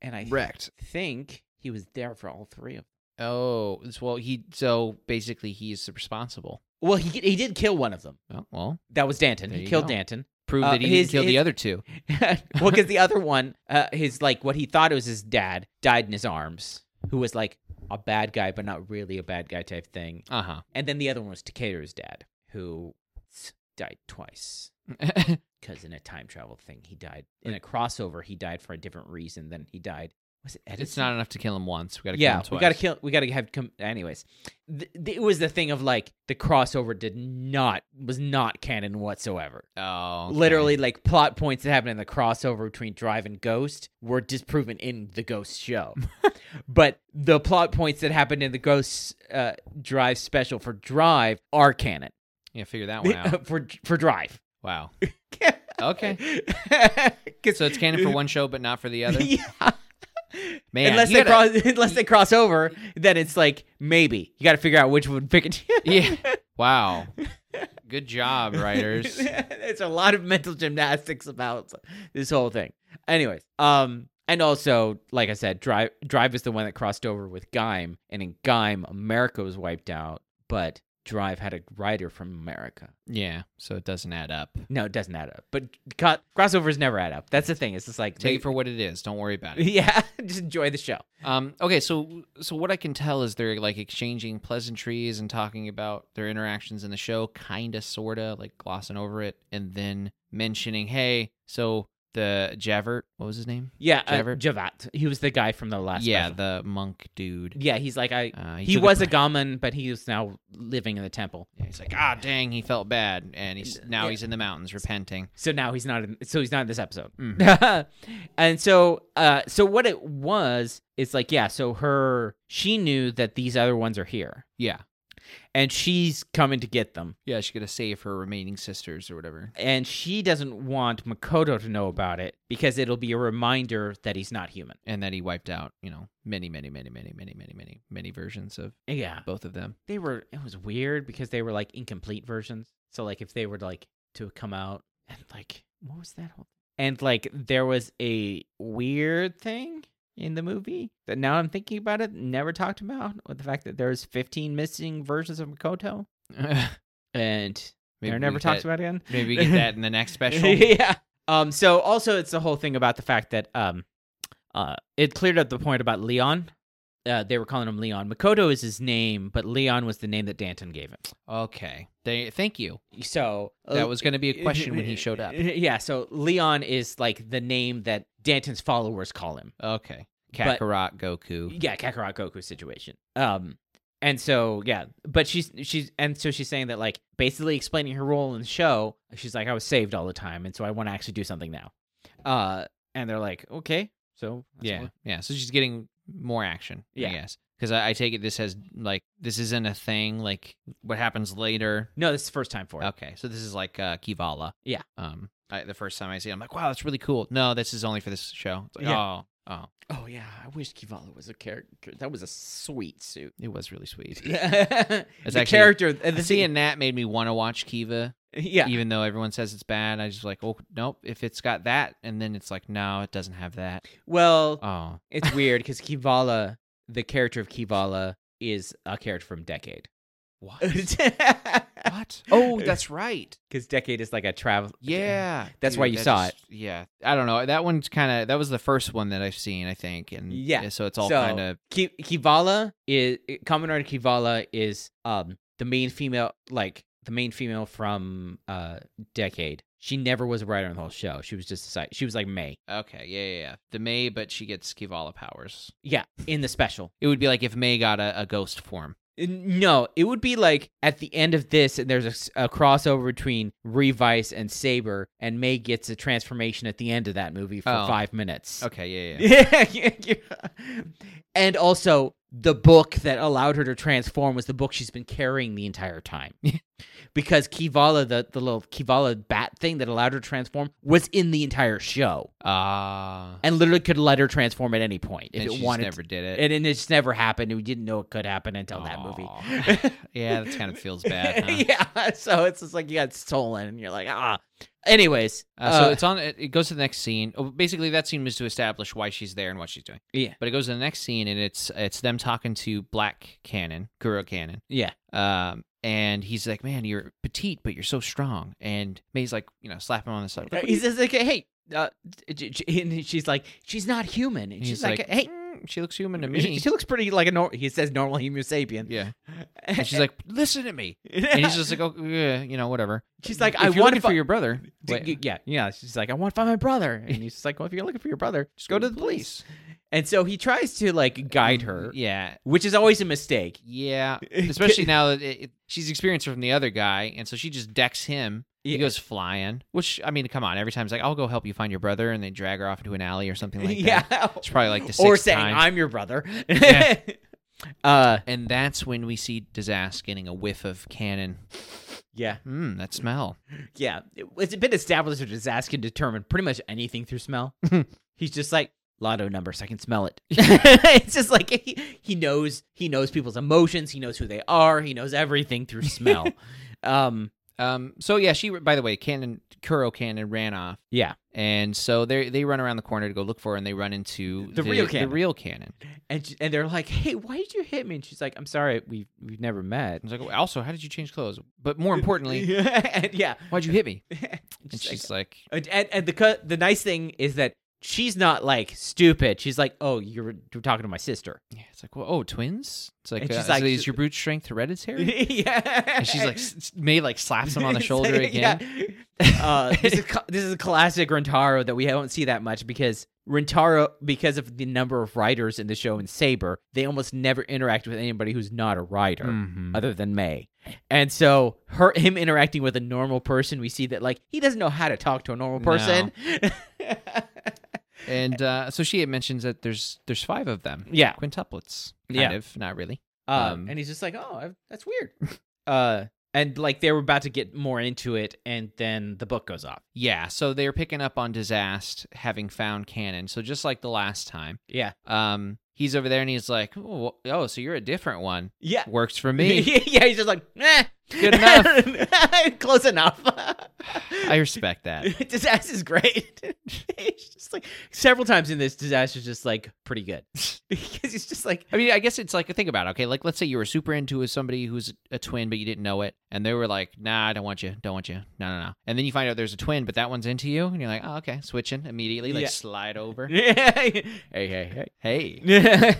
A: and I
B: wrecked.
A: think he was there for all three of. them.
B: Oh, it's- well, he. So basically, he's responsible.
A: Well, he he did kill one of them.
B: Oh, well,
A: That was Danton.
B: There
A: He
B: you
A: killed
B: go.
A: Danton.
B: prove
A: Uh,
B: that he
A: his-
B: didn't kill
A: his-
B: the other two.
A: <laughs> well, because the other one, uh, his like what he thought was his dad died in his arms, who was like a bad guy but not really a bad guy type thing.
B: Uh <laughs> huh.
A: And then the other one was Takeru's dad, who s- died twice because in a time travel thing he died in a crossover. He died for a different reason than he died. Was it Edison?
B: it's not enough to kill him once. We gotta
A: yeah,
B: kill him
A: we gotta
B: twice.
A: kill. We gotta have. Com- anyways, th- th- it was the thing of like the crossover did not was not canon whatsoever
B: Oh, okay.
A: literally like plot points that happen in the crossover between Drive and Ghost were disproven in the Ghost show. but the plot points that happened in the Ghost uh, Drive special for Drive are canon
B: Yeah,
A: <laughs>
B: figure that one out.
A: for for Drive. <laughs>
B: wow. Okay. <laughs> So it's canon for one show, but not for the other.
A: <laughs> Yeah.
B: Man,
A: unless
B: you
A: they
B: gotta-
A: cross, <laughs> unless they cross over, then it's like maybe you got to figure out which one <laughs> pick it.
B: <laughs> yeah.
A: <laughs>
B: Wow. Good job, writers.
A: There's a lot of mental gymnastics about this whole thing. Anyways, um, and also, like I said, Drive Drive is the one that crossed over with Gaim, and in Gaim, America was wiped out, but Drive had a writer from America.
B: Yeah. So it doesn't add up.
A: No, it doesn't add up. But co- crossovers never add up. That's the thing. It's just like
B: Take it for what it is. Don't worry about it.
A: <laughs> yeah, just enjoy the show.
B: Um, okay, so so what I can tell is they're like exchanging pleasantries and talking about their interactions in the show, kinda, sorta, like glossing over it, and then mentioning, hey, so the Javert, what was his name?
A: Yeah, uh,
B: Javert?
A: Javat. He was the guy from the last.
B: yeah,
A: special.
B: the monk dude.
A: yeah. He's like I.
B: Uh,
A: He,
B: took
A: was a,
B: a
A: gaman, but he is now living in the temple.
B: Yeah, he's like, ah, dang, he felt bad, and he's now
A: Yeah.
B: he's in the mountains repenting.
A: So now he's not. In, so he's not in this episode.
B: Mm.
A: <laughs> and so uh so what it was is like yeah so her she knew that these other ones are here
B: <laughs> Yeah,
A: and she's coming to get them
B: yeah, she's gonna save her remaining sisters or whatever.
A: and she doesn't want makoto to know about it because it'll be a reminder that he's not human
B: and that he wiped out, you know, many, many, many, many, many, many, many, many versions of
A: yeah
B: both of them. <laughs>
A: they were it was weird because they were like incomplete versions so like if they were like to come out and like what was that whole and like there was a weird thing in the movie that now i'm thinking about it never talked about with the fact that there's 15 missing versions of makoto and they're never talked about again <laughs>
B: Maybe we get that in the next <laughs> special.
A: yeah um so also it's the whole thing about the fact that um uh it cleared up the point about leon uh, they were calling him Leon. Makoto is his name, but Leon was the name that Danton gave him.
B: okay. They, thank you.
A: So
B: That was going
A: <laughs>
B: to be a question when he showed up.
A: Yeah, so Leon is like the name that Danton's followers call him.
B: Okay.
A: But-
B: Kakarot, Goku.
A: Yeah, Kakarot Goku situation. Um, and so yeah, but she's she's and so she's saying that like basically explaining her role in the show. She's like, I was saved all the time, and so I want to actually do something now. Uh, and they're like, okay, so that's
B: Yeah.
A: all."
B: Yeah. So she's getting more action,
A: Yeah.
B: I guess. Because I, I take it this has, like, this isn't a thing, like, what happens later.
A: No, this is the first time for it.
B: Okay. So this is like uh, Kivala.
A: Yeah.
B: Um, I, the first time I see it, I'm like, wow, that's really cool. No, this is only for this show. It's like,
A: Yeah.
B: oh, oh,
A: Oh yeah, I wish Kivala was a character. That was a sweet
B: <laughs>
A: suit.
B: it was really sweet.
A: <laughs> the
B: actually-
A: character and
B: The
A: the
B: seeing
A: scene.
B: that made me want to watch Kiva,
A: Yeah,
B: even though everyone says it's bad. I just like, oh nope, if it's got that, and then it's like, no, it doesn't have that.
A: well,
B: Oh,
A: It's weird because Kivala, the character of Kivala, is a character from Decade. <laughs>
B: what?
A: Because
B: what?
A: <laughs>
B: Oh, that's right.
A: Decade is like a travel.
B: Yeah,
A: That's why you
B: that
A: saw
B: just- Yeah, I don't know. That one's kind of that was the first one that I've seen, I think, and
A: Yeah,
B: so it's all
A: so-
B: kind of
A: Ki- Kivala is common art. Kivala is um the main female, like the main female from uh Decade. She never was a writer on the whole show. She was just a side. She was like May.
B: Okay, yeah, yeah, yeah. The May, but she gets Kivala powers.
A: Yeah, in the special.
B: It would be like if May got a, a ghost form.
A: N- No, it would be like at the end of this, and there's a, s- a crossover between Revice and Saber, and May gets a transformation at the end of that movie for
B: Oh.
A: five minutes. <laughs>
B: Okay, yeah, yeah.
A: Yeah, yeah, yeah. And also, the book that allowed her to transform was the book she's been carrying the entire time. <laughs> because Kivala, the, the little Kivala bat thing that allowed her to transform, was in the entire show
B: Ah,
A: and literally could let her transform at any point if
B: and she
A: it
B: just
A: wanted.
B: never did
A: to.
B: it.
A: And, and it just never happened. We didn't know it could happen until that movie. <laughs>
B: Aw. yeah, that kind of feels bad. huh? Uh,
A: yeah. So it's just like you got stolen and you're like, ah. Anyways.
B: Uh, so
A: uh,
B: it's on. It, it goes to the next scene. Oh, Basically, that scene was to establish why she's there and what she's doing.
A: Yeah.
B: But it goes to the next scene, and it's it's them talking to Black Cannon, Guru Cannon.
A: Yeah.
B: Um, and he's like, "Man, you're petite, but you're so strong." And May's like, you know, slap him on the side.
A: Uh,
B: like, "What do
A: He
B: you-"
A: says like, "Hey," uh, j- j- and she's like, "She's not human." And
B: And he's
A: she's like,
B: like,
A: "Hey."
B: "Mm, she
A: <laughs>
B: looks human to
A: She,
B: me.
A: she looks pretty like a normal. He says normal Homo sapien. <laughs>
B: yeah. And she's like, "Listen to me." <laughs> And he's just like, "Oh, yeah, you know, whatever."
A: she's like,
B: If
A: I
B: you're
A: want
B: looking for your brother. wait,
A: yeah, yeah. She's like, I want to find my brother. And he's just like, Well, if you're looking for your brother,
B: just go to the police.
A: And so he tries to like guide her,
B: Yeah.
A: which is always a mistake. <laughs>
B: Yeah, especially now that it, it- she's experienced from the other guy, and so she just decks him.
A: Yeah.
B: He goes flying, which I mean, come on. Every time it's like, "I'll go help you find your brother," and they drag her off into an alley or something <laughs>
A: <laughs>
B: like
A: yeah.
B: that. It's probably like the
A: or
B: sixth
A: saying,
B: time.
A: I'm your brother.
B: Yeah.
A: <laughs> uh,
B: and that's when we see Disaster getting a whiff of cannon.
A: yeah,
B: Mmm, that smell.
A: yeah. It, it's been established that Disaster can determine pretty much anything through
B: <laughs>
A: smell.
B: Hmm.
A: He's just like lotto numbers. I can smell it. <laughs> it's just like he, he knows he knows people's emotions. He knows who they are. He knows everything through
B: <laughs>
A: smell. um,
B: Um, so yeah, she. By the way, Cannon Kuro Cannon ran off,
A: yeah.
B: and so they they run around the corner to go look for her, and they run into
A: The real Cannon.
B: the real Cannon.
A: And sh- and they're like, "Hey, why did you hit me?" And she's like, "I'm sorry. We we've never met."
B: I was like, also, how did you change clothes? But more importantly,
A: <laughs> and yeah.
B: why'd you
A: <laughs>
B: hit me? And
A: Just like- uh,
B: she's like,
A: And, and, and the cu- the nice thing is that she's not like stupid. She's like, "Oh, you're you're talking to my
B: <laughs>
A: sister." <laughs>
B: Yeah, it's like, well, oh, twins. It's like,
A: And
B: uh,
A: she's like-
B: so is your brute strength hereditary?
A: <laughs> yeah.
B: and she's like, s- s- May like slaps him
A: <laughs>
B: on the shoulder again.
A: Yeah. Uh, this is cl- this is a classic Rentaro that we don't see that much because Rentaro, because of the number of writers in the show in Saber, they almost never interact with anybody who's not a writer
B: Mhm.
A: other than May. And so her him interacting with a normal person, we see that like he doesn't know how to talk to a normal
B: No. <laughs>
A: person.
B: And uh, so she mentions that there's there's five of them,
A: yeah.
B: quintuplets, kind
A: Yeah.
B: of, not really.
A: Uh,
B: Um,
A: and he's just like, "Oh, I- that's weird." uh and like they were about to get more into it and then the book goes off.
B: Yeah, so they're picking up on Disast having found Cannon. So just like the last time,
A: Yeah.
B: um, he's over there and he's like, oh, wh- oh, so you're a different one.
A: Yeah.
B: Works for me.
A: <laughs> yeah, he's just like, eh.
B: Good
A: <laughs>
B: enough.
A: Close <laughs> enough.
B: I respect that.
A: <laughs> Disaster's great. <laughs> he's just like, several times in this, Disaster's just like, pretty good. <laughs> because he's just <laughs> like,
B: I mean, I guess it's like think about it, okay. Like, let's say you were super into somebody who's a twin, but you didn't know it, and they were like, "Nah, I don't want you, don't want you, no, no, no." And then you find out there's a twin, but that one's into you, and you're like, "Oh, okay." Switching immediately, like
A: Yeah.
B: slide over.
A: hey, hey,
B: hey,
A: hey.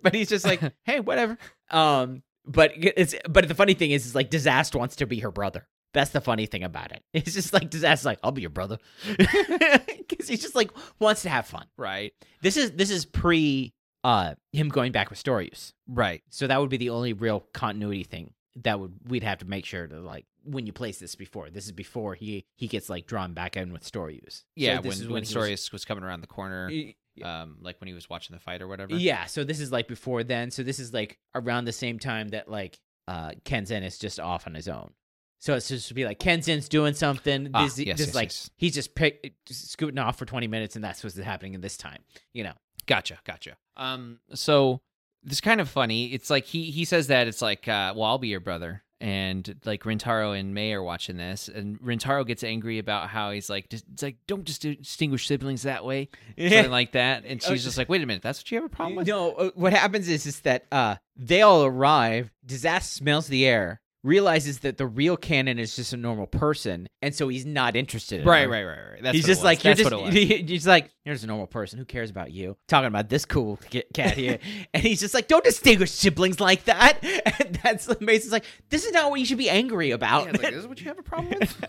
A: but he's just <laughs> like, hey, whatever. Um, but it's but the funny thing is, is like Disaster wants to be her brother. That's the funny thing about it. It's just like Disaster's like, I'll be your brother, <laughs> because he just like wants to have fun.
B: right,
A: This is this is pre uh him going back with Storius.
B: right,
A: So that would be the only real continuity thing that would we'd have to make sure to like when you place this before. This is before he he gets like drawn back in with Storius.
B: yeah.
A: so
B: when
A: this
B: when
A: he
B: Sorius was, coming around the corner,
A: was-
B: um, like when he was watching the fight or whatever.
A: yeah, so this is like before then. So this is like around the same time that like uh Kenzen is just off on his own. So it's just to be like Kenzen's doing something.
B: Ah,
A: this,
B: yes,
A: this
B: yes,
A: like
B: yes.
A: he's just, pick, just scooting off for twenty minutes, and that's what's happening in this time. You
B: <laughs>
A: know.
B: Gotcha, gotcha. Um, so this is kind of funny. It's like he he says that it's like, uh, well, I'll be your brother, and like Rintaro and May are watching this, and Rintaro gets angry about how he's like, dis- it's like don't just distinguish siblings
A: <laughs>
B: that way, something like that, and
A: Oh,
B: she's just like, wait a minute, that's what you have a <laughs> problem with?
A: No, uh, what happens is is that uh, they all arrive. Disaster smells the air. realizes that the real canon is just a normal person, and so he's not interested. in
B: Right,
A: her.
B: right, right, right. That's
A: he's
B: what it
A: just
B: was.
A: like
B: That's
A: you're
B: what it
A: just
B: was.
A: <laughs> he- he's like here's a normal person who cares about you talking about this cool ki- cat here, <laughs> and he's just like don't distinguish siblings like that. <laughs> And that's Mason's like this is not what you should be angry about. <laughs>
B: Yeah, it's like, this is what you have a problem with.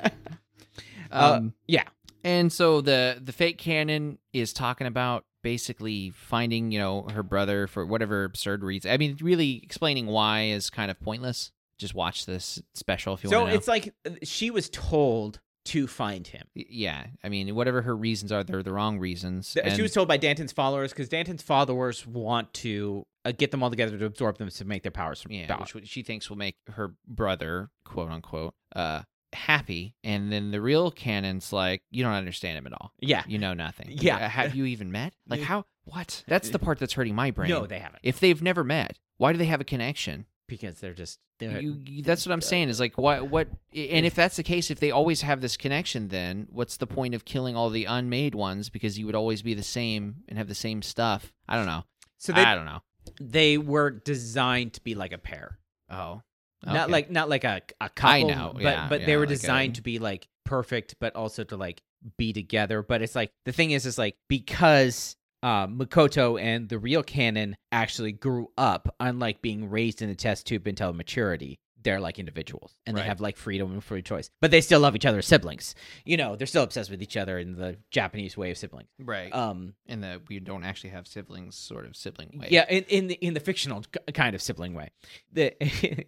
A: Uh,
B: um,
A: yeah.
B: and so the the fake canon is talking about basically finding you know her brother for whatever absurd reason. I mean, really explaining why is kind of pointless. Just watch this special if you
A: so
B: want to.
A: it's like uh, she was told to find him.
B: yeah, I mean, whatever her reasons are, they're the wrong reasons.
A: Th-
B: and-
A: she was told by Danton's followers because Danton's followers want to uh, get them all together to absorb them to make their powers.
B: yeah,
A: power.
B: which what she thinks will make her brother, quote unquote, uh, happy. And then the real canon's like, you don't understand him at all.
A: yeah.
B: You know nothing.
A: <laughs> Yeah.
B: Uh, have you even met?
A: <laughs>
B: Like
A: Yeah.
B: how? What? That's the part that's hurting my brain.
A: No, they haven't
B: if they've never met, why do they have a connection?
A: because they're just they're,
B: You, you- that's what I'm saying. Is like what what? And if that's the case, if they always have this connection, then what's the point of killing all the unmade ones? Because you would always be the same and have the same stuff. I don't know.
A: so they
B: I don't know.
A: they were designed to be like a pair,
B: Oh,
A: not
B: okay.
A: like not like a a couple.
B: know,
A: but
B: yeah,
A: but
B: yeah,
A: they were
B: like a-
A: designed to be like perfect, but also to like be together. But it's like the thing is, is like because. Uh, Makoto and the real canon actually grew up, unlike being raised in a test tube until maturity. They're like individuals, and
B: Right.
A: they have like freedom and free choice, but they still love each other as siblings. You know, they're still obsessed with each other in the Japanese way of siblings.
B: right.
A: Um,
B: and that we don't actually have siblings, sort of sibling way.
A: Yeah, in in the, in the fictional k- kind of sibling way, the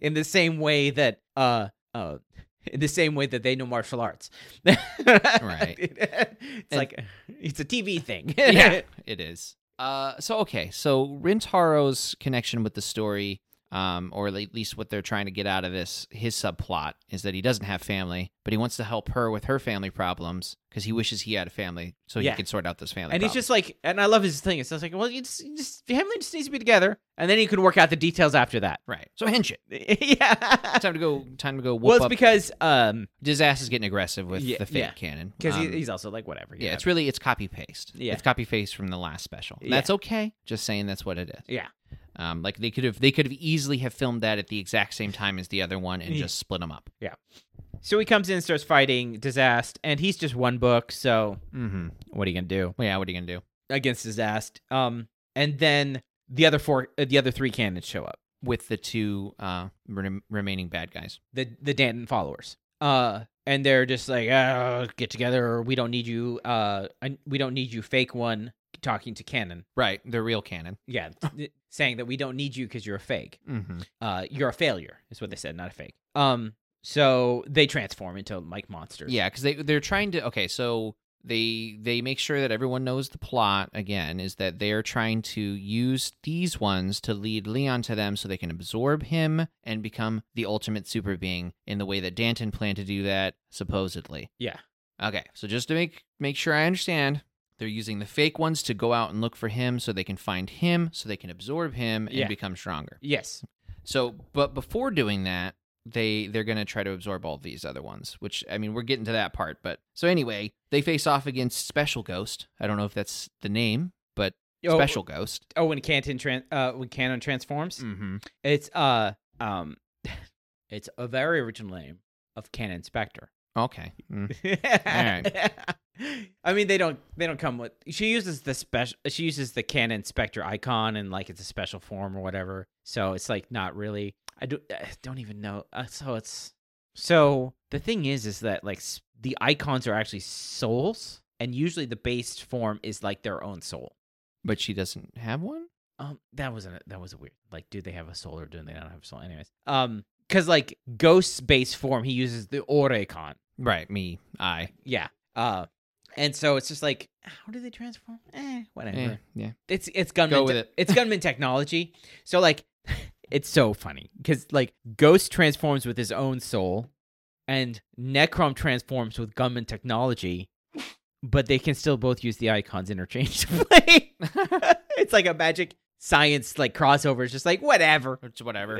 A: <laughs> in the same way that uh uh in the same way that they know martial arts, <laughs> right? <laughs> It's
B: And-
A: like it's a TV thing. <laughs>
B: yeah, it is. Uh, so okay, so Rintaro's connection with the story, um, or at least what they're trying to get out of this, his subplot is that he doesn't have family, but he wants to help her with her family problems because he wishes he had a family so
A: Yeah.
B: he could sort out those family.
A: and he's
B: problems.
A: just like, and I love his thing. It's just like, well, you just, you just family just needs to be together, and then you can work out the details after that. <laughs>
B: right. So hench it.
A: yeah.
B: Time to go. Time to go. Whoop
A: Well, it's
B: up.
A: because um
B: Disaster's getting aggressive with
A: Yeah,
B: the fake
A: yeah.
B: canon
A: because
B: Um,
A: he's also like whatever.
B: yeah, it's really it's copy paste.
A: Yeah.
B: it's copy paste from the last special.
A: Yeah.
B: That's okay. Just saying that's what it is.
A: yeah.
B: Um, like they could have they could have easily have filmed that at the exact same time as the other one and
A: Yeah.
B: just split them up.
A: So he comes in, and starts fighting Disaster, and he's just one book. So
B: Mm-hmm.
A: what are you gonna do?
B: Well, yeah, what are you gonna do
A: against his ass. Um, and then the other four, uh, the other three cannons show up.
B: with the two uh, re- remaining bad guys?
A: The the Danton followers. Uh, and they're just like, oh, get together. Or we don't need you. Uh, I, we don't need you, fake one, talking to Cannon.
B: Right, the real canon.
A: Yeah,
B: <laughs>
A: th- saying that we don't need you because you're a fake.
B: Mm-hmm.
A: Uh, you're a failure is what they said, not a fake. Um, so they transform into like monsters.
B: Yeah, because they they're trying to. Okay, so they they make sure that everyone knows the plot. Again, is that they are trying to use these ones to lead Leon to them so they can absorb him and become the ultimate super being in the way that Danton planned to do that supposedly.
A: yeah,
B: Okay, so just to make make sure I understand, they're using the fake ones to go out and look for him so they can find him, so they can absorb him and
A: Yeah.
B: become stronger.
A: yes,
B: So, but before doing that, they they're going to try to absorb all these other ones, which I mean, we're getting to that part, but so anyway, they face off against Special Ghost. I don't know if that's the name, but
A: Oh,
B: Special Ghost.
A: Oh, when Canton tran- uh, when Cannon transforms,
B: Mhm.
A: It's uh um <laughs> it's a very original name of Canon Spectre.
B: Okay. Mm.
A: right. <laughs> I mean they don't they don't come with she uses the special she uses the Canon Spectre icon and like it's a special form or whatever. So it's like not really I do I don't even know. Uh, so it's so the thing is is that like s- the icons are actually souls and usually the base form is like their own soul.
B: But she doesn't have one?
A: Um, that wasn't a, that was a weird. Like, do they have a soul or do they not have a soul? Anyways, um, because like ghost space form, he uses the Orecon.
B: Right, me. I.
A: Yeah. Uh, and so it's just like, how do they transform? Eh, whatever.
B: Eh, yeah.
A: It's it's gunman.
B: Go with it.
A: It's gunman technology. So like, <laughs> it's so funny because like ghost transforms with his own soul, and Necrom transforms with gunman technology, but they can still both use the icons interchangeably. <laughs> it's like a magic science like crossover. It's just like
B: <laughs>
A: whatever.
B: It's whatever.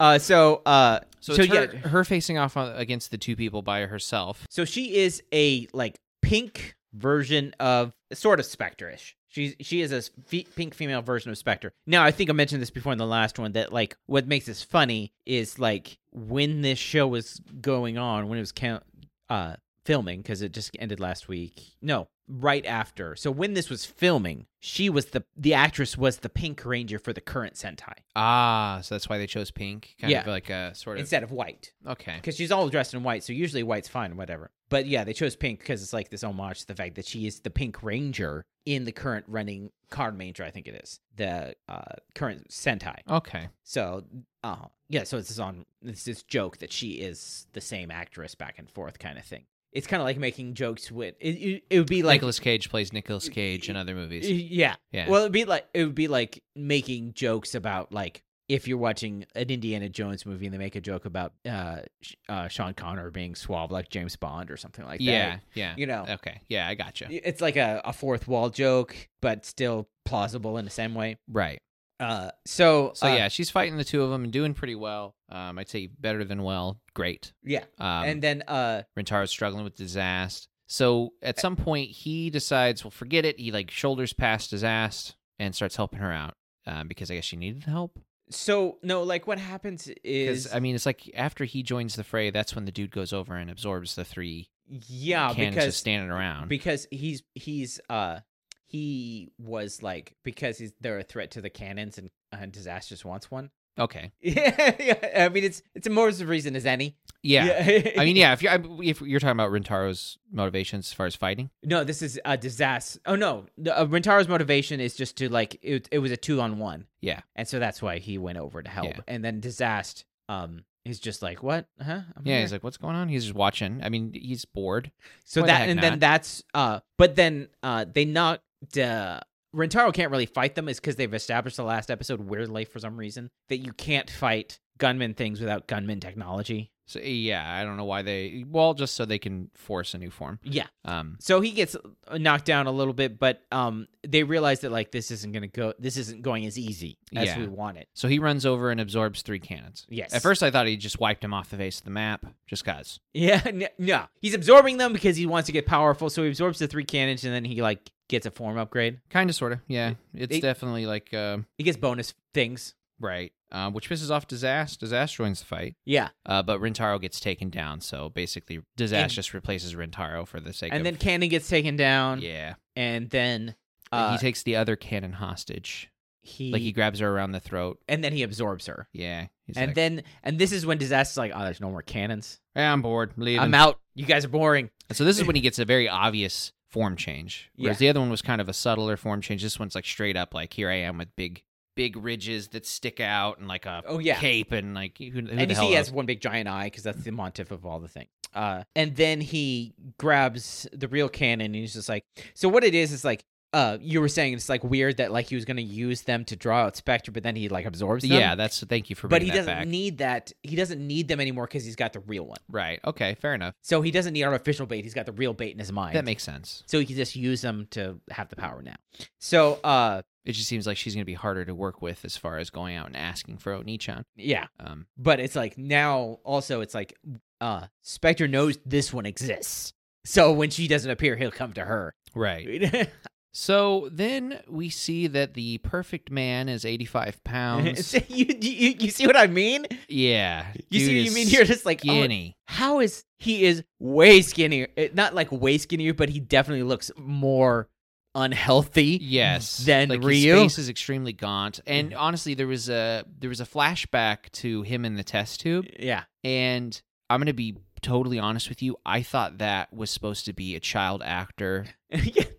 A: uh, so uh,
B: Eh, So,
A: So
B: it's her,
A: yeah.
B: her facing off on- against the two people by herself.
A: so she is a like pink version of sort of Spectre-ish. She's she is a fe- pink female version of Spectre. Now I think I mentioned this before in the last one that like what makes this funny is like when this show was going on when it was count uh filming because it just ended last week. No, right after. So when this was filming, she was the the actress was the Pink Ranger for the current Sentai
B: Ah, so that's why they chose pink, kind
A: Yeah.
B: of like a sort of.
A: instead of white
B: okay.
A: because she's all dressed in white. So usually white's fine, whatever. But yeah, they chose pink because it's like this homage to the fact that she is the Pink Ranger in the current running Card Ranger, I think it is the uh, current Sentai.
B: Okay.
A: So, uh, yeah, so it's this on it's this joke that she is the same actress back and forth kind of thing. It's kind of like making jokes with it. It, it would be like,
B: Nicholas Cage plays Nicolas Cage in other movies.
A: yeah.
B: Yeah.
A: Well, it'd be like it would be like making jokes about like if you're watching an Indiana Jones movie and they make a joke about uh, Sh- uh Sean Connery being suave like James Bond or something like
B: yeah.
A: that.
B: Yeah.
A: You know,
B: Okay. Yeah, I gotcha.
A: it's like a, a fourth wall joke, but still plausible in the same way.
B: Right.
A: Uh, so
B: So
A: uh,
B: yeah, she's fighting the two of them and doing pretty well. Um, I'd say better than well. Great.
A: yeah,
B: Um,
A: and then uh,
B: Rentaro's struggling with disaster. So at some point, he decides, well, forget it. He like shoulders past disaster and starts helping her out um, because I guess she needed help.
A: so no, like what happens is
B: Because I mean, it's like after he joins the fray, that's when the dude goes over and absorbs the three
A: yeah
B: cannons
A: Oh, because
B: just standing around.
A: because he's he's uh he was like because he's they're a threat to the cannons and uh, disastrous wants one
B: okay,
A: <laughs> yeah, yeah i mean it's it's a more of a reason as any
B: yeah.
A: <laughs>
B: I mean, yeah. If you're I- if you're talking about Rentaro's motivations as far as fighting,
A: no this is a disaster oh no the, uh, rentaro's motivation is just to like it, it was a two on one
B: Yeah.
A: and so that's why he went over to help
B: Yeah.
A: and then disaster um is just like what huh I'm
B: yeah,
A: here."
B: he's like, what's going on? He's just watching. I mean, he's bored.
A: So
B: Why the
A: that
B: heck
A: and
B: not?
A: then that's uh but then uh they knock uh Rentaro can't really fight them is because they've established the last episode weirdly for some reason that you can't fight gunman things without gunman technology.
B: So yeah, I don't know why they. Well, just so they can force a new form.
A: Yeah.
B: Um,
A: So he gets uh, knocked down a little bit, but um they realize that like this isn't gonna go this isn't going as easy as
B: Yeah.
A: we want it.
B: so he runs over and absorbs three cannons.
A: Yes.
B: At first, I thought he just wiped him off the face of the map, just cause.
A: <laughs> Yeah, n- no. He's absorbing them because he wants to get powerful, so he absorbs the three cannons and then he like gets a form upgrade.
B: Kind of, sort of. Yeah, it's
A: They-
B: definitely like uh,
A: He gets bonus things.
B: right, uh, which pisses off Disaster. Disaster joins the fight,
A: Yeah.
B: uh, but Rentaro gets taken down. So basically,
A: And-
B: Disaster just replaces Rentaro for the sake
A: And
B: of.
A: then Cannon gets taken down.
B: yeah,
A: and then
B: Like,
A: uh,
B: he takes the other cannon hostage.
A: he,
B: Like he grabs her around the throat.
A: and then he absorbs her.
B: Yeah, he's
A: and
B: like,
A: then and this is when disaster's like, oh, there's no more cannons.
B: "Eh, I'm bored. Leave
A: I'm
B: him."
A: out. You guys are boring.
B: So this is
A: <clears throat>
B: when he gets a very obvious form change. Whereas
A: Yeah.
B: the other one was kind of a subtler form change. This one's like straight up like here I am with big big ridges that stick out and like a
A: Oh yeah.
B: cape and like who, who
A: and
B: the
A: you
B: hell
A: see he
B: knows?
A: has one big giant eye because that's the Montif of all the thing. Uh, and then he grabs the real cannon and he's just like, so what it is is like, uh, you were saying it's like weird that like he was gonna use them to draw out Spectre, but then he like absorbs them.
B: Yeah, that's thank you for
A: But
B: bringing
A: he
B: that
A: doesn't
B: back.
A: need that. He doesn't need them anymore because he's got the real one.
B: right. Okay, fair enough.
A: So he doesn't need artificial bait. He's got the real bait in his mind.
B: That makes sense.
A: so you can just use them to have the power now. So, uh,
B: It just seems like she's going to be harder to work with as far as going out and asking for Onichan.
A: yeah,
B: Um
A: but it's like now also it's like, uh, Spectre knows this one exists. So when she doesn't appear, he'll come to her. <laughs>
B: right. So then we see that the perfect man is 85 pounds.
A: <laughs> So you, you you see what I mean?
B: yeah.
A: You
B: dude
A: see what you
B: is
A: mean? <laughs> You're just like, oh,
B: skinny.
A: how is he is way skinnier? eh, Not like way skinnier, but he definitely looks more unhealthy.
B: yes
A: than
B: like
A: Ryu. Mm-hmm.
B: his face is extremely gaunt and honestly there was a there was a flashback to him in the test tube
A: Yeah. <laughs>
B: and i'm gonna be totally honest with you i thought that was supposed to be a child actor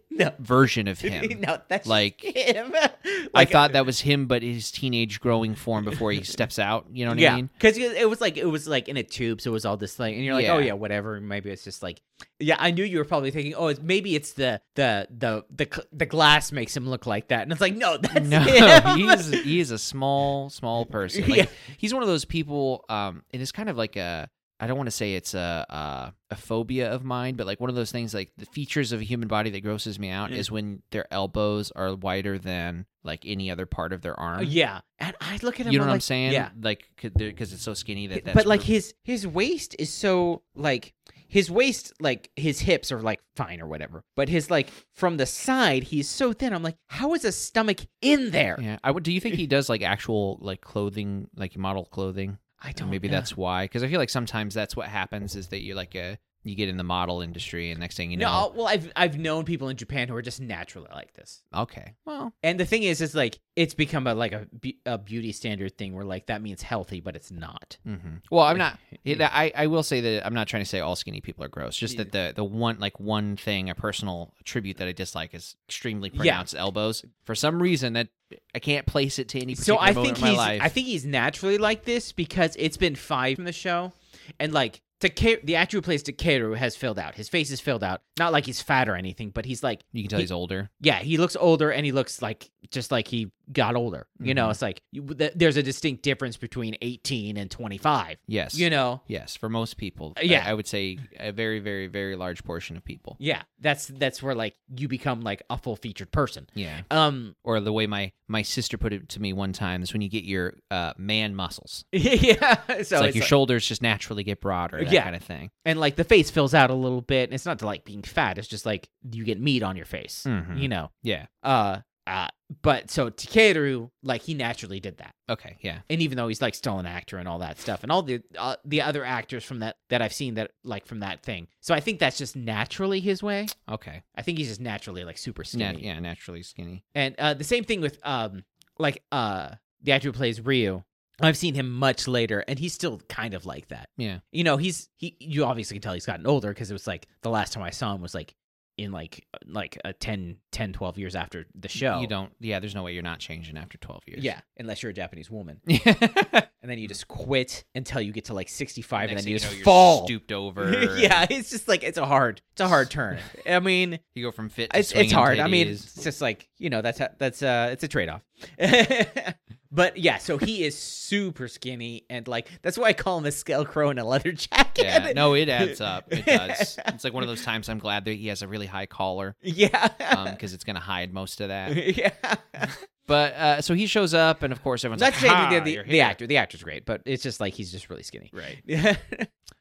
A: no. <laughs>
B: version of him
A: No, that's <laughs>
B: Like,
A: him.
B: i
A: Like, uh,
B: thought that was him but his teenage growing form before he steps out you know what i mean
A: Because it was like it was like in a tube, so it was all this thing, and you're like, oh
B: Yeah.
A: yeah, whatever. Maybe it's just like, yeah, I knew you were probably thinking, oh, it's, maybe it's the the the the cl- the glass makes him look like that, and it's like, no, <laughs> that's
B: no
A: him.
B: he's
A: <laughs>
B: he's a small small person Like,
A: Yeah.
B: he's one of those people um and it's kind of like a I don't want to say it's a, a a phobia of mine, but like one of those things, like the features of a human body that grosses me out
A: Mm.
B: is when their elbows are wider than like any other part of their
A: Oh,
B: arm.
A: yeah. And I look at him,
B: you know what
A: like,
B: I'm saying?
A: Yeah,
B: Like, because it's so skinny that. That's
A: but like
B: where-
A: his his waist is so like his waist, like his hips are like fine or whatever, but his like from the side, he's so thin. I'm like, how is a stomach in there?
B: Yeah. I would. Do you think he does like actual like clothing, like model clothing?
A: I
B: And
A: don't.
B: maybe
A: know.
B: that's why. Because I feel like sometimes that's what happens is that you're like a you get in the model industry, and next thing you
A: no.
B: know,
A: I'll- well, I've I've known people in Japan who are just naturally like this.
B: okay, well,
A: And the thing is, is like it's become a like a, be- a beauty standard thing where like that means healthy, but it's not.
B: hmm well,
A: <laughs>
B: I'm not. it- I I will say that I'm not trying to say all skinny people are gross. Just that the the one like one thing a personal attribute that I dislike is extremely
A: Yeah.
B: pronounced elbows. For some reason that I can't place it to any
A: So
B: particular
A: I
B: moment
A: think
B: in my
A: he's
B: life.
A: I think he's naturally like this because it's been five from the show, and like Takeru, the actor who plays Takeru has filled out. His face is filled out. Not like he's fat or anything, but he's like
B: you can tell
A: he-
B: he's older.
A: yeah, he looks older and he looks like just like he got older. You know,
B: Mhm.
A: it's like you, th- there's a distinct difference between 18 and 25.
B: Yes.
A: You know,
B: Yes, for most people. I-
A: yeah.
B: I, would say a very, very, very large portion of people.
A: yeah, that's that's where like you become like a full featured person.
B: Yeah.
A: Um,
B: Or the way my my sister put it to me one time is when you get your uh, man muscles.
A: <laughs> yeah, so
B: It's like your shoulders just naturally get broader, that
A: Yeah.
B: kind of thing.
A: and like the face fills out a little bit. And it's not to like being fat. It's just like you get meat on your face.
B: Mhm.
A: You know.
B: Yeah.
A: uh, uh but so Takeru, like he naturally did that,
B: Okay. Yeah.
A: and even though he's like still an actor and all that stuff, and all the uh, the other actors from that that I've seen that like from that thing, so I think that's just naturally his way.
B: Okay.
A: I think he's just naturally like super
B: Nat-
A: skinny,
B: yeah, naturally skinny.
A: and uh, the same thing with um like uh the actor who plays Ryu. I've seen him much later, and he's still kind of like that.
B: Yeah.
A: You know, he's he. You obviously can tell he's gotten older because it was like the last time I saw him was like in like uh, like a 10, 10 12 years after the show.
B: You don't. Yeah. There's no way you're not changing after 12 years.
A: Yeah, unless you're a Japanese
B: <laughs>
A: woman,
B: Yeah.
A: and then you just quit until you get to like 65, and
B: Next
A: then
B: thing
A: you
B: you
A: just
B: know, you're
A: fall.
B: stooped
A: <laughs>
B: over.
A: yeah, it's just like it's a hard, it's a
B: <laughs>
A: hard turn. I mean,
B: You go from fit. To
A: it's it's
B: swinging
A: hard. I mean, <laughs>
B: titties.
A: it's just like you know that's how, that's uh it's a trade off. <laughs> but yeah, so he is super skinny, and like that's why I call him a scarecrow in a leather jacket.
B: yeah. No, it adds up. It does. it's like one of those times I'm glad that he has a really high collar.
A: <laughs> yeah,
B: because it's gonna hide most of that.
A: <laughs>
B: <laughs>
A: yeah.
B: But uh, so he shows up, and of course everyone's
A: Not saying
B: like,
A: that
B: "Ha,
A: the,
B: you're
A: the
B: here."
A: actor, the actor's great, but it's just like he's just really skinny. <laughs>
B: right?
A: Yeah.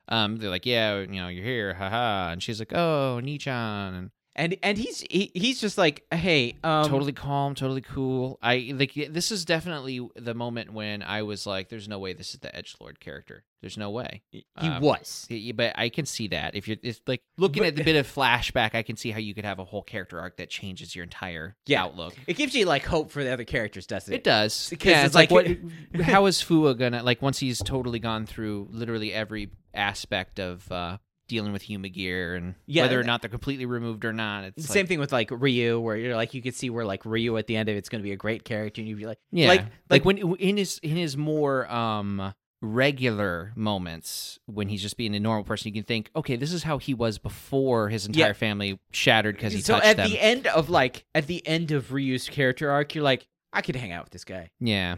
B: Um, they're like, "Yeah, you know, you're here, haha." And she's like, "Oh, Nichan," and
A: and and he's he, he's just like, hey, um,
B: totally calm, totally cool. I like this is definitely the moment when I was like, "There's no way this is the Edge Lord character. There's no way."
A: He
B: Um,
A: was.
B: Yeah, But I can see that if you're it's like looking at the bit of flashback, I can see how you could have a whole character arc that changes your entire
A: Yeah.
B: outlook.
A: It gives you like hope for the other characters, doesn't
B: It
A: it?
B: does.
A: Because
B: Yeah,
A: it's
B: it's
A: <laughs>
B: like,
A: like-
B: what? How is Fua gonna like once he's totally gone through literally every aspect of uh, dealing with human gear and
A: Yeah,
B: whether or
A: and-
B: not they're completely removed or not? It's
A: Same
B: like,
A: thing with like Ryu, where you're like you could see where like Ryu at the end of it's going to be a great character, and you'd be like,
B: Yeah,
A: like,
B: like, when in his in his more um regular moments when he's just being a normal person, you can think, okay, this is how he was before his
A: Yeah.
B: entire family shattered because he
A: so
B: touched
A: at
B: them.
A: the end of like at the end of Ryu's character arc, you're like, I could hang out with this guy, <laughs>
B: yeah,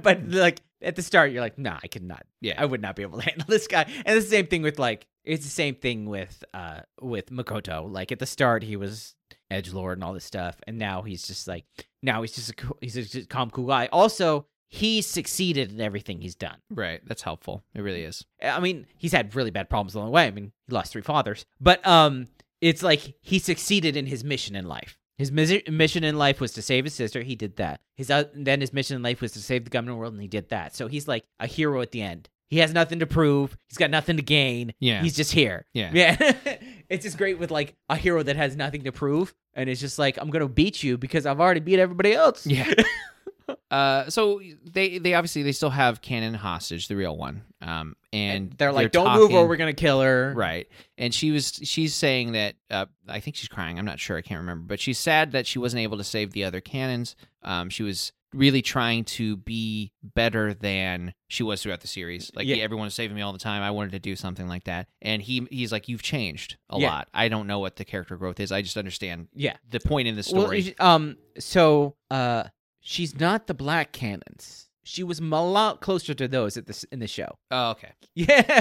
A: but like at the start, you're like, nah, I could not,
B: yeah.
A: I would not be able to <laughs> handle this guy. And it's the same thing with like it's the same thing with uh with Makoto. Like at the start, he was edge lord and all this stuff, and now he's just like now he's just a cool, he's just a calm, cool guy. Also, he's succeeded in everything he's done.
B: Right, that's helpful. It really is.
A: I mean, he's had really bad problems along the way. I mean, he lost three fathers, but um, it's like he succeeded in his mission in life. His mis- mission in life was to save his sister. He did that. His oth- then his mission in life was to save the government world, and he did that. So he's like a hero at the end. He has nothing to prove. He's got nothing to gain.
B: Yeah,
A: He's just here.
B: yeah,
A: Yeah, <laughs> it's just great with like a hero that has nothing to prove, and it's just like I'm gonna beat you because I've already beat everybody else.
B: Yeah. <laughs> uh, so they they obviously they still have Cannon hostage, the real one. Um, and,
A: And they're like, "Don't move, or
B: talking-
A: we're gonna kill her."
B: right. And she was she's saying that uh, I think she's crying. I'm not sure. I can't remember. But she's sad that she wasn't able to save the other cannons. Um, she was really trying to be better than she was throughout the series. Like
A: Yeah.
B: everyone was saving me all the time. I wanted to do something like that. And he he's like, you've changed a
A: Yeah.
B: lot. I don't know what the character growth is. I just understand
A: Yeah.
B: the point in the story.
A: Well, um, so uh, she's not the black cannons. She was a lot closer to those at this in the show. <laughs>
B: oh, okay.
A: Yeah,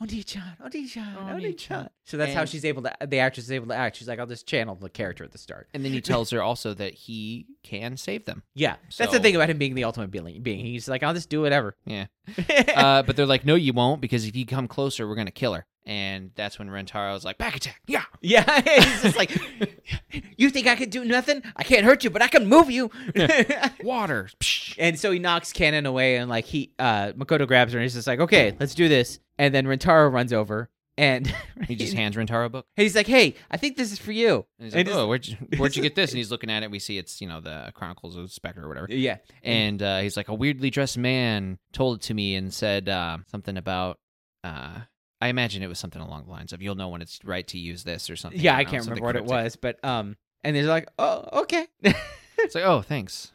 A: Oni-chan, Oni-chan,
B: Oni-chan.
A: Oni-chan. So that's how
B: And-
A: she's able to. The actress is able to act. She's like, I'll just channel the character at the start.
B: And
A: <laughs>
B: then he tells her also that he can save them.
A: Yeah, that's the
B: So-
A: thing about him being the ultimate being. being. He's like, I'll just do whatever.
B: Yeah. uh, but they're like, no, you won't, because if you come closer, we're gonna kill her. and that's when Rentaro's like, "Back attack, yeah."
A: <laughs> Yeah, he's just
B: <laughs>
A: like, you think I could do nothing? I can't hurt you, but I can move
B: <laughs>
A: you. <laughs>
B: Water. Psh.
A: and so he knocks Cannon away, and like he, uh, Makoto grabs her, and he's just like, okay, let's do this. And then Rentaro runs over, and <laughs>
B: He just hands Rentaro a book.
A: he's like, hey, I think this is for you.
B: And he's
A: And
B: like,
A: just-
B: "Oh,
A: <laughs>
B: where'd you, where'd you get this?" And he's looking at it. We see it's you know the Chronicles of Spectre or whatever.
A: Yeah, Mm-hmm.
B: And uh, he's like, "A weirdly dressed man told it to me and said uh, something about." Uh, I imagine it was something along the lines of "You'll know when it's right to use this" or something.
A: yeah,
B: you
A: I
B: know,
A: can't
B: something
A: remember what it
B: cryptic.
A: was, but um, and they're like, oh, okay. <laughs>
B: It's like, "Oh, thanks."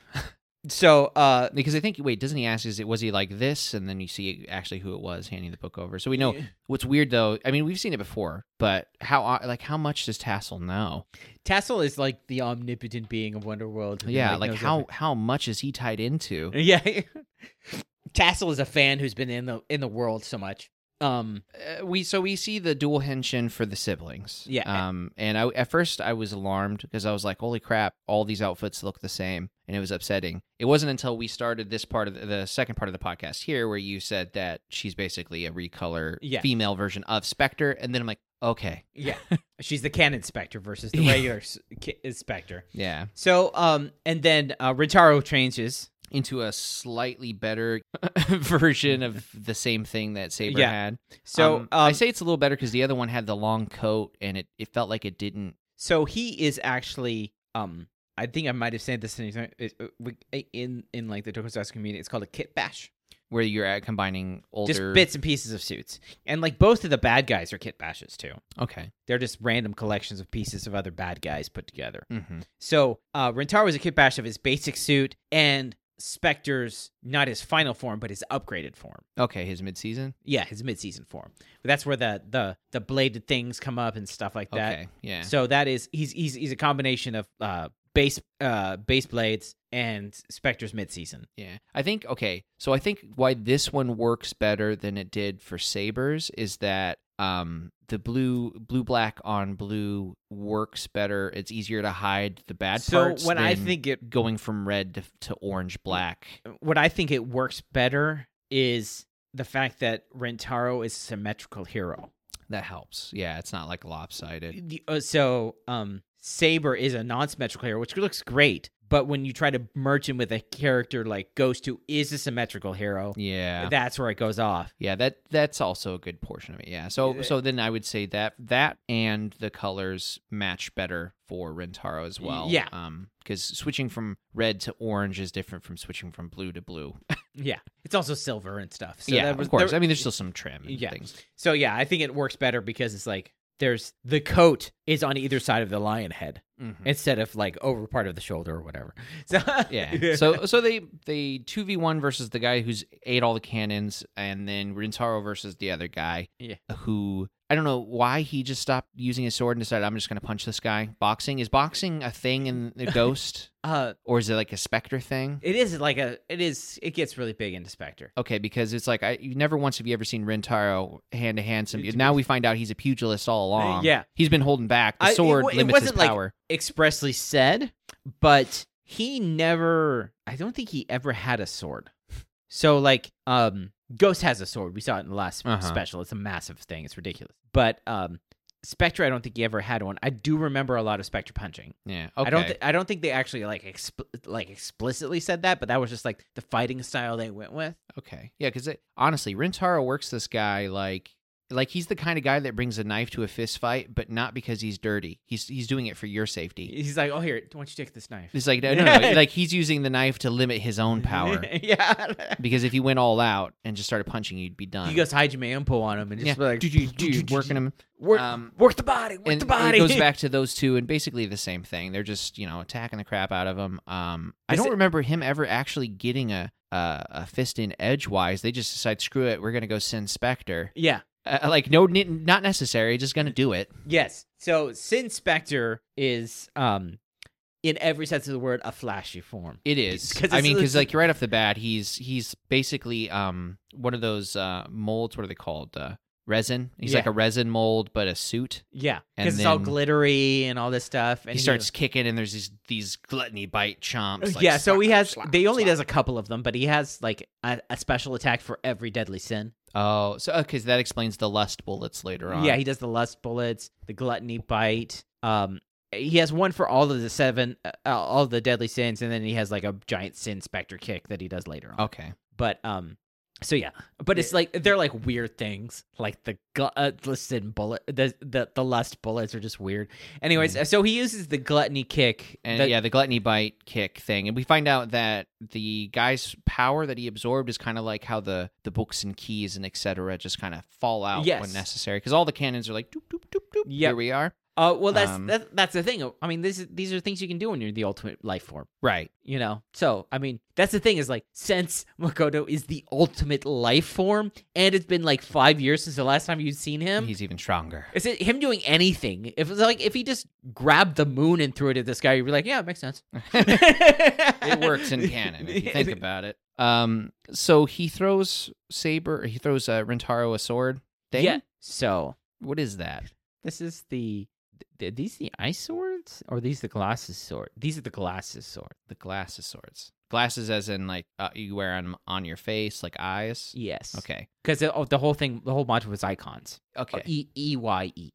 A: so uh,
B: Because I think wait, doesn't he ask? Is it was he like this? And then you see actually who it was handing the book over. So we know
A: Yeah.
B: what's weird though. I mean, we've seen it before, but how uh, like how much does Tassel know?
A: Tassel is like the omnipotent being of Wonderworld. who,
B: Yeah, like
A: knows
B: how how much is he tied into?
A: everything. <laughs> Yeah, Tassel is a fan who's been in the in the world so much. Um,
B: Uh, we so we see the dual henshin for the siblings.
A: Yeah.
B: Um, and I at first I was alarmed because I was like, "Holy crap! All these outfits look the same," and it was upsetting. It wasn't until we started this part of the, the second part of the podcast here where you said that she's basically a recolor
A: Yeah.
B: female version of Spectre, and then I'm like, "Okay,
A: yeah, she's the canon specter versus the
B: <laughs> Yeah.
A: regular s- ki- is specter.
B: yeah."
A: So, um, and then uh, Ritaro changes.
B: Into a slightly better <laughs> version of the same thing that Saber
A: Yeah.
B: had.
A: So,
B: Um, I say it's a little better because the other one had the long coat, and it it felt like it didn't
A: so he is actually um. I think I might have said this in uh, in, in like the tokusatsu community. It's called a kit bash,
B: where you're at combining older
A: just bits and pieces of suits. And like both of the bad guys are kit bashes too.
B: Okay.
A: They're just random collections of pieces of other bad guys put together.
B: Mm-hmm.
A: So uh, Rentaro was a kitbash of his basic suit and Spectre's not his final form, but his upgraded form.
B: Okay, his midseason.
A: Yeah, his midseason form. But that's where the the the bladed things come up and stuff like that.
B: Okay, yeah.
A: So that is he's he's he's a combination of uh base uh base blades and Spectre's midseason.
B: yeah. I think okay. So I think why this one works better than it did for Sabers is that um the blue blue black on blue works better. It's easier to hide the bad
A: so
B: parts.
A: when I
B: than
A: think it
B: going from red to, to orange black.
A: what I think it works better is the fact that Rentaro is a symmetrical hero.
B: That helps. Yeah, it's not like lopsided.
A: the, uh, so um saber is a non-symmetrical hero which looks great but when you try to merge him with a character like ghost who is a symmetrical hero
B: Yeah.
A: that's where it goes off
B: Yeah, that that's also a good portion of it. Yeah. So
A: Yeah.
B: so then I would say that that and the colors match better for Rentaro as well.
A: Yeah.
B: Um because switching from red to orange is different from switching from blue to blue.
A: yeah it's also silver and stuff so
B: yeah,
A: that was,
B: of course.
A: there-
B: I mean, there's still some trim and
A: Yeah.
B: things.
A: so yeah i think it works better because it's like there's the coat is on either side of the lion head
B: Mhm.
A: instead of like over part of the shoulder or whatever <laughs> so
B: <laughs> Yeah. So so they they two v one versus the guy who's ate all the cannons, and then Rentaro versus the other guy.
A: Yeah.
B: Who I don't know why he just stopped using his sword and decided I'm just gonna punch this guy. Boxing is boxing a thing in
A: <laughs>
B: the ghost.
A: uh
B: or is it like a specter thing?
A: it is like a it is it gets really big into specter
B: Okay, because it's like I you never once have you ever seen Rentaro hand to hand some.
A: It's- Uh,
B: Now we find out he's a pugilist all along.
A: yeah.
B: he's been holding back.
A: I-
B: The
A: it
B: sword
A: wa- it
B: limits his
A: wasn't like-
B: power.
A: expressly said, but he never I don't think he ever had a sword. So like um Ghost has a sword. We saw it in the last
B: Uh-huh.
A: special. It's a massive thing. It's ridiculous. But um Spectre I don't think he ever had one. I do remember a lot of Spectre punching.
B: yeah, okay.
A: I don't thi- I don't think they actually like expl- like explicitly said that, but that was just like the fighting style they went with.
B: okay, yeah, because honestly, Rentaro works this guy like like he's the kind of guy that brings a knife to a fist fight, but not because he's dirty. He's he's doing it for your safety.
A: He's like, "Oh, here, why don't you take this knife?"
B: It's like no,
A: <laughs>
B: no, no. like he's using the knife to limit his own power.
A: yeah.
B: Because if he went all out and just started punching, you'd be done.
A: He goes Hajime Empo on him and just
B: yeah,
A: like <laughs>
B: working him.
A: work,
B: um,
A: work the body, work
B: and
A: the body.
B: it goes back to those two and basically the same thing they're just you know attacking the crap out of him um i
A: Is
B: don't
A: it-
B: remember him ever actually getting a uh, a fist in edgewise they just decide screw it we're gonna go send spectre
A: <laughs> yeah.
B: uh, like no ne- not necessary just gonna do it
A: Yes. So Sin Spectre is um in every sense of the word a flashy form.
B: it is
A: 'Cause
B: i
A: it's-
B: mean because
A: it's-
B: like right off the bat he's he's basically um one of those uh molds what are they called uh resin he's like
A: Yeah.
B: a resin mold but a suit
A: Yeah.
B: And
A: Because it's all
B: then-
A: glittery and all this stuff. And
B: he starts kicking and there's these these gluttony bite chomps like,
A: Uh, yeah, so he
B: slap,
A: has.
B: slap,
A: they only
B: slap.
A: does a couple of them, but he has like a, a special attack for every deadly sin.
B: Oh, so because that explains the lust bullets later on.
A: Yeah, he does the lust bullets, the gluttony bite. Um, he has one for all of the seven, uh, all the deadly sins, and then he has like a giant sin specter kick that he does later on.
B: okay.
A: But um, so yeah, but it's like they're like weird things, like the gl- uh, the sin bullet, the, the the lust bullets are just weird. Anyways, so he uses the gluttony kick,
B: And
A: that-
B: Mm. Uh, yeah, the gluttony bite kick thing, and we find out that the guy's power that he absorbed is kind of like how the the books and keys and etc. just kind of fall out when
A: Yes.
B: necessary, because all the cannons are like doop doop doop doop.
A: Yep.
B: Here we are.
A: Uh, well, that's
B: Um,
A: that, that's the thing. I mean, this is, these are things you can do when you're the ultimate life form,
B: Right.
A: you know. So, I mean, that's the thing is like since Makoto is the ultimate life form, and it's been like five years since the last time you've seen him.
B: He's even stronger.
A: is it him doing anything? If it's like if he just grabbed the moon and threw it at this guy, you'd be like, yeah, it makes sense.
B: <laughs>
A: <laughs>
B: it
A: it
B: <laughs> works in canon if you think about it. Um, so he throws saber. Or he throws uh, Rentaro a sword. Thing?
A: Yeah. So
B: What is that?
A: this is the th- are these the ice swords or are these the glasses sword? These are the glasses sword.
B: The glasses swords. Glasses, as in like uh, you wear on on your face, like eyes.
A: Yes.
B: Okay.
A: Because oh, the whole thing, the whole module was icons.
B: Okay.
A: E E Y E.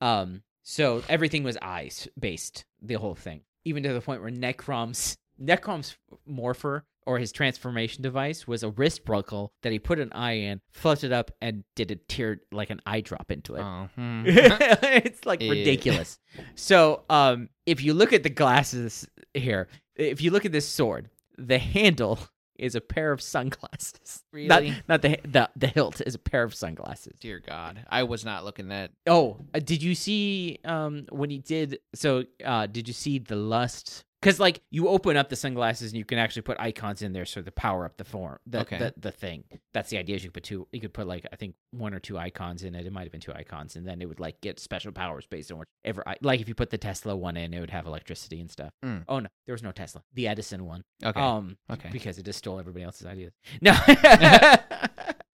A: Um, so everything was eyes based, the whole thing, even to the point where Necrom's Necrom's morpher or his transformation device was a wrist buckle that he put an eye in, fluffed it up, and did a tear like an eye drop into it.
B: Oh, hmm.
A: <laughs>
B: <laughs>
A: it's like
B: Yeah.
A: ridiculous. So, um, if you look at the glasses here, if you look at this sword, the handle is a pair of sunglasses. Not,
B: Really?
A: not the the the hilt is a pair of sunglasses.
B: Dear God, I was not looking that.
A: Oh, uh, did you see um when he did so uh did you see the lust cuz like you open up the sunglasses and you can actually put icons in there so to power up the form the
B: Okay.
A: the, the thing. That's the idea is you put two you could put like I think one or two icons in it. It might have been two icons and then it would like get special powers based on whatever I, like if you put the Tesla one in it would have electricity and stuff.
B: Mm.
A: Oh no, there was no Tesla. The Edison one.
B: Okay.
A: Um
B: okay.
A: because it just stole everybody else's ideas. <laughs>
B: <laughs>
A: No,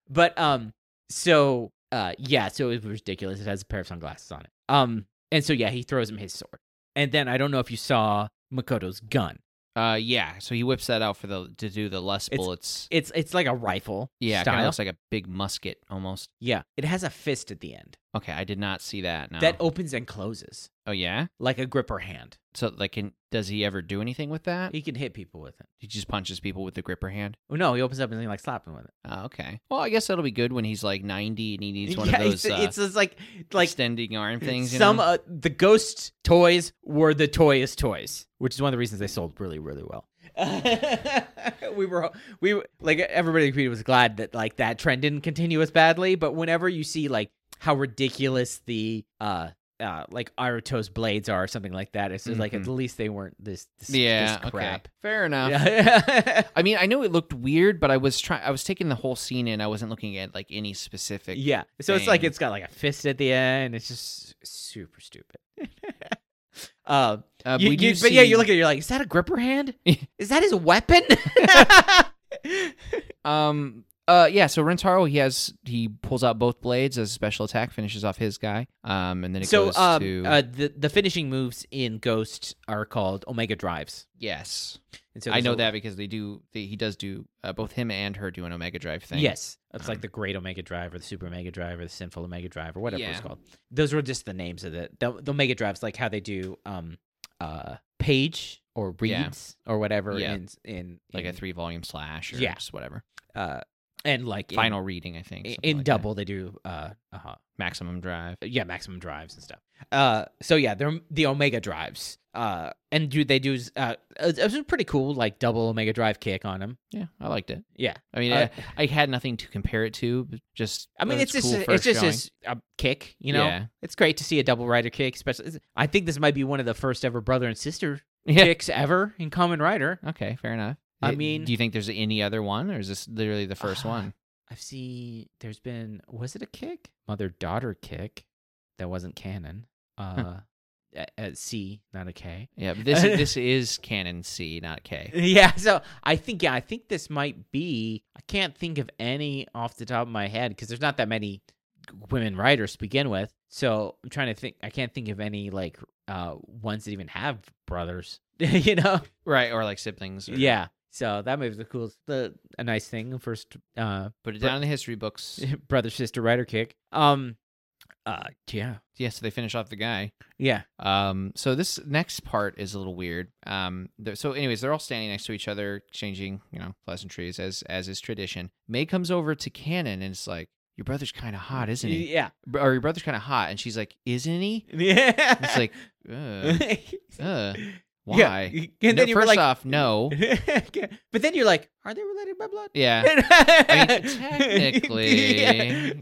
A: but um, so uh, yeah, so it was ridiculous. It has a pair of sunglasses on it. Um, and so yeah, he throws him his sword, and then I don't know if you saw Makoto's gun.
B: Uh, yeah. So he whips that out for the to do the less
A: It's-
B: bullets.
A: It's it's like a rifle.
B: yeah, kind
A: style.
B: of looks like a big musket almost.
A: yeah. It has a fist at the end
B: Okay, I did not see that. No.
A: that opens and closes
B: oh yeah.
A: like a gripper hand.
B: So like, can, does he ever do anything with that? He,
A: He can hit people with it.
B: just punches people with the gripper hand.
A: Oh, no, he opens up and then like slap him with it.
B: Oh, okay. Well, I guess that'll be good when he's like ninety and
A: <laughs>
B: he needs one
A: yeah,
B: of those
A: it's,
B: uh,
A: it's just like like
B: extending arm things. You
A: Some
B: know?
A: uh, the ghost toys were the toyest toys, which is one of the reasons they sold really, really
B: <laughs>
A: well. we were we were- like everybody in the community was glad that like that trend didn't continue as badly. But whenever you see like how ridiculous the uh. Uh, like Aruto's blades are, or something like that. It's just like at least they weren't this, this
B: Mm-hmm. yeah.
A: this crap.
B: Okay. Oh. Fair enough.
A: Yeah.
B: I mean, I know it looked weird, but I was trying. I was taking the whole scene in. I wasn't looking at like any specific.
A: <laughs> yeah. So it's like
B: thing.
A: it's got like a fist at the end. It's just super stupid. <laughs> um,
B: Uh,
A: You-
B: we do
A: you- but yeah,
B: see-
A: you look at it, you're like, is that a gripper
B: <laughs>
A: hand? is that his weapon?
B: Um. Uh. Yeah. So Rentaro, he has he pulls out both blades as a special attack, finishes off his guy. Um. And then <laughs> it
A: so
B: goes
A: um,
B: to
A: uh, the the finishing moves in Ghost are called Omega Drives.
B: yes.
A: And so
B: I
A: there's
B: know
A: a-
B: that because they do. They, he does do uh, both him and her do an Omega Drive thing.
A: Yes, it's
B: Um,
A: like the Great Omega Drive or the Super Omega Drive or the Sinful Omega Drive or whatever
B: Yeah.
A: it's called. Those were just the names of the the, the Omega Drives, like how they do um uh page or
B: Yeah.
A: reads or whatever
B: Yeah.
A: in in
B: Like a
A: in,
B: three volume slash or
A: Yeah.
B: just whatever.
A: uh and like in-
B: Final reading, I think.
A: in,
B: something like that.
A: double they do uh uh
B: maximum drive.
A: yeah, maximum drives and stuff. Uh, so yeah, they're the Omega drives. Uh, and do they do uh, it was a pretty cool like double Omega drive kick on him.
B: Yeah, I liked it.
A: Yeah,
B: I mean,
A: Uh,
B: I, I had nothing to compare it to. but Just
A: I mean
B: it
A: it's
B: was
A: just
B: cool
A: it's
B: first
A: just
B: showing.
A: his uh, kick, you know.
B: Yeah. <laughs>
A: It's great to see a double rider kick, especially. it's- I think this might be one of the first ever brother and sister
B: Yeah.
A: kicks ever in Common Rider.
B: Okay, fair enough.
A: I
B: Uh,
A: mean-
B: do you think there's any other one, or is this literally the first
A: Ah.
B: one?
A: I've seen there's been was it a kick mother daughter kick that wasn't canon. Uh, at, at C, not a K.
B: Yeah, but
A: <laughs>
B: this this is canon C, not K.
A: Yeah, so I think yeah, I think this might be. I can't think of any off the top of my head because there's not that many women writers to begin with. So I'm trying to think. I can't think of any like uh ones that even have brothers. <laughs> you know?
B: Right, or like siblings. Or,
A: Yeah. So that movie's the coolest, the a nice thing. First uh, <laughs>
B: Put it down in the history books.
A: brother sister writer kick. Um, uh, yeah,
B: yeah, so they finish off the guy.
A: yeah.
B: Um, so this next part is a little weird. Um, they're- so anyways, they're all standing next to each other, exchanging you know pleasantries as as is tradition. May comes over to Cannon and it's like, "Your brother's kind of hot, isn't he?
A: Yeah,
B: Br- Or your brother's kind of hot?" And she's like, "Isn't he?"
A: yeah.
B: And it's
A: <laughs>
B: like, uh, uh, why?
A: Yeah. And
B: No,
A: then you were
B: first
A: like,
B: off, no.
A: <laughs> but then you're like, are they related by blood? <laughs>
B: Yeah,
A: I
B: mean, technically-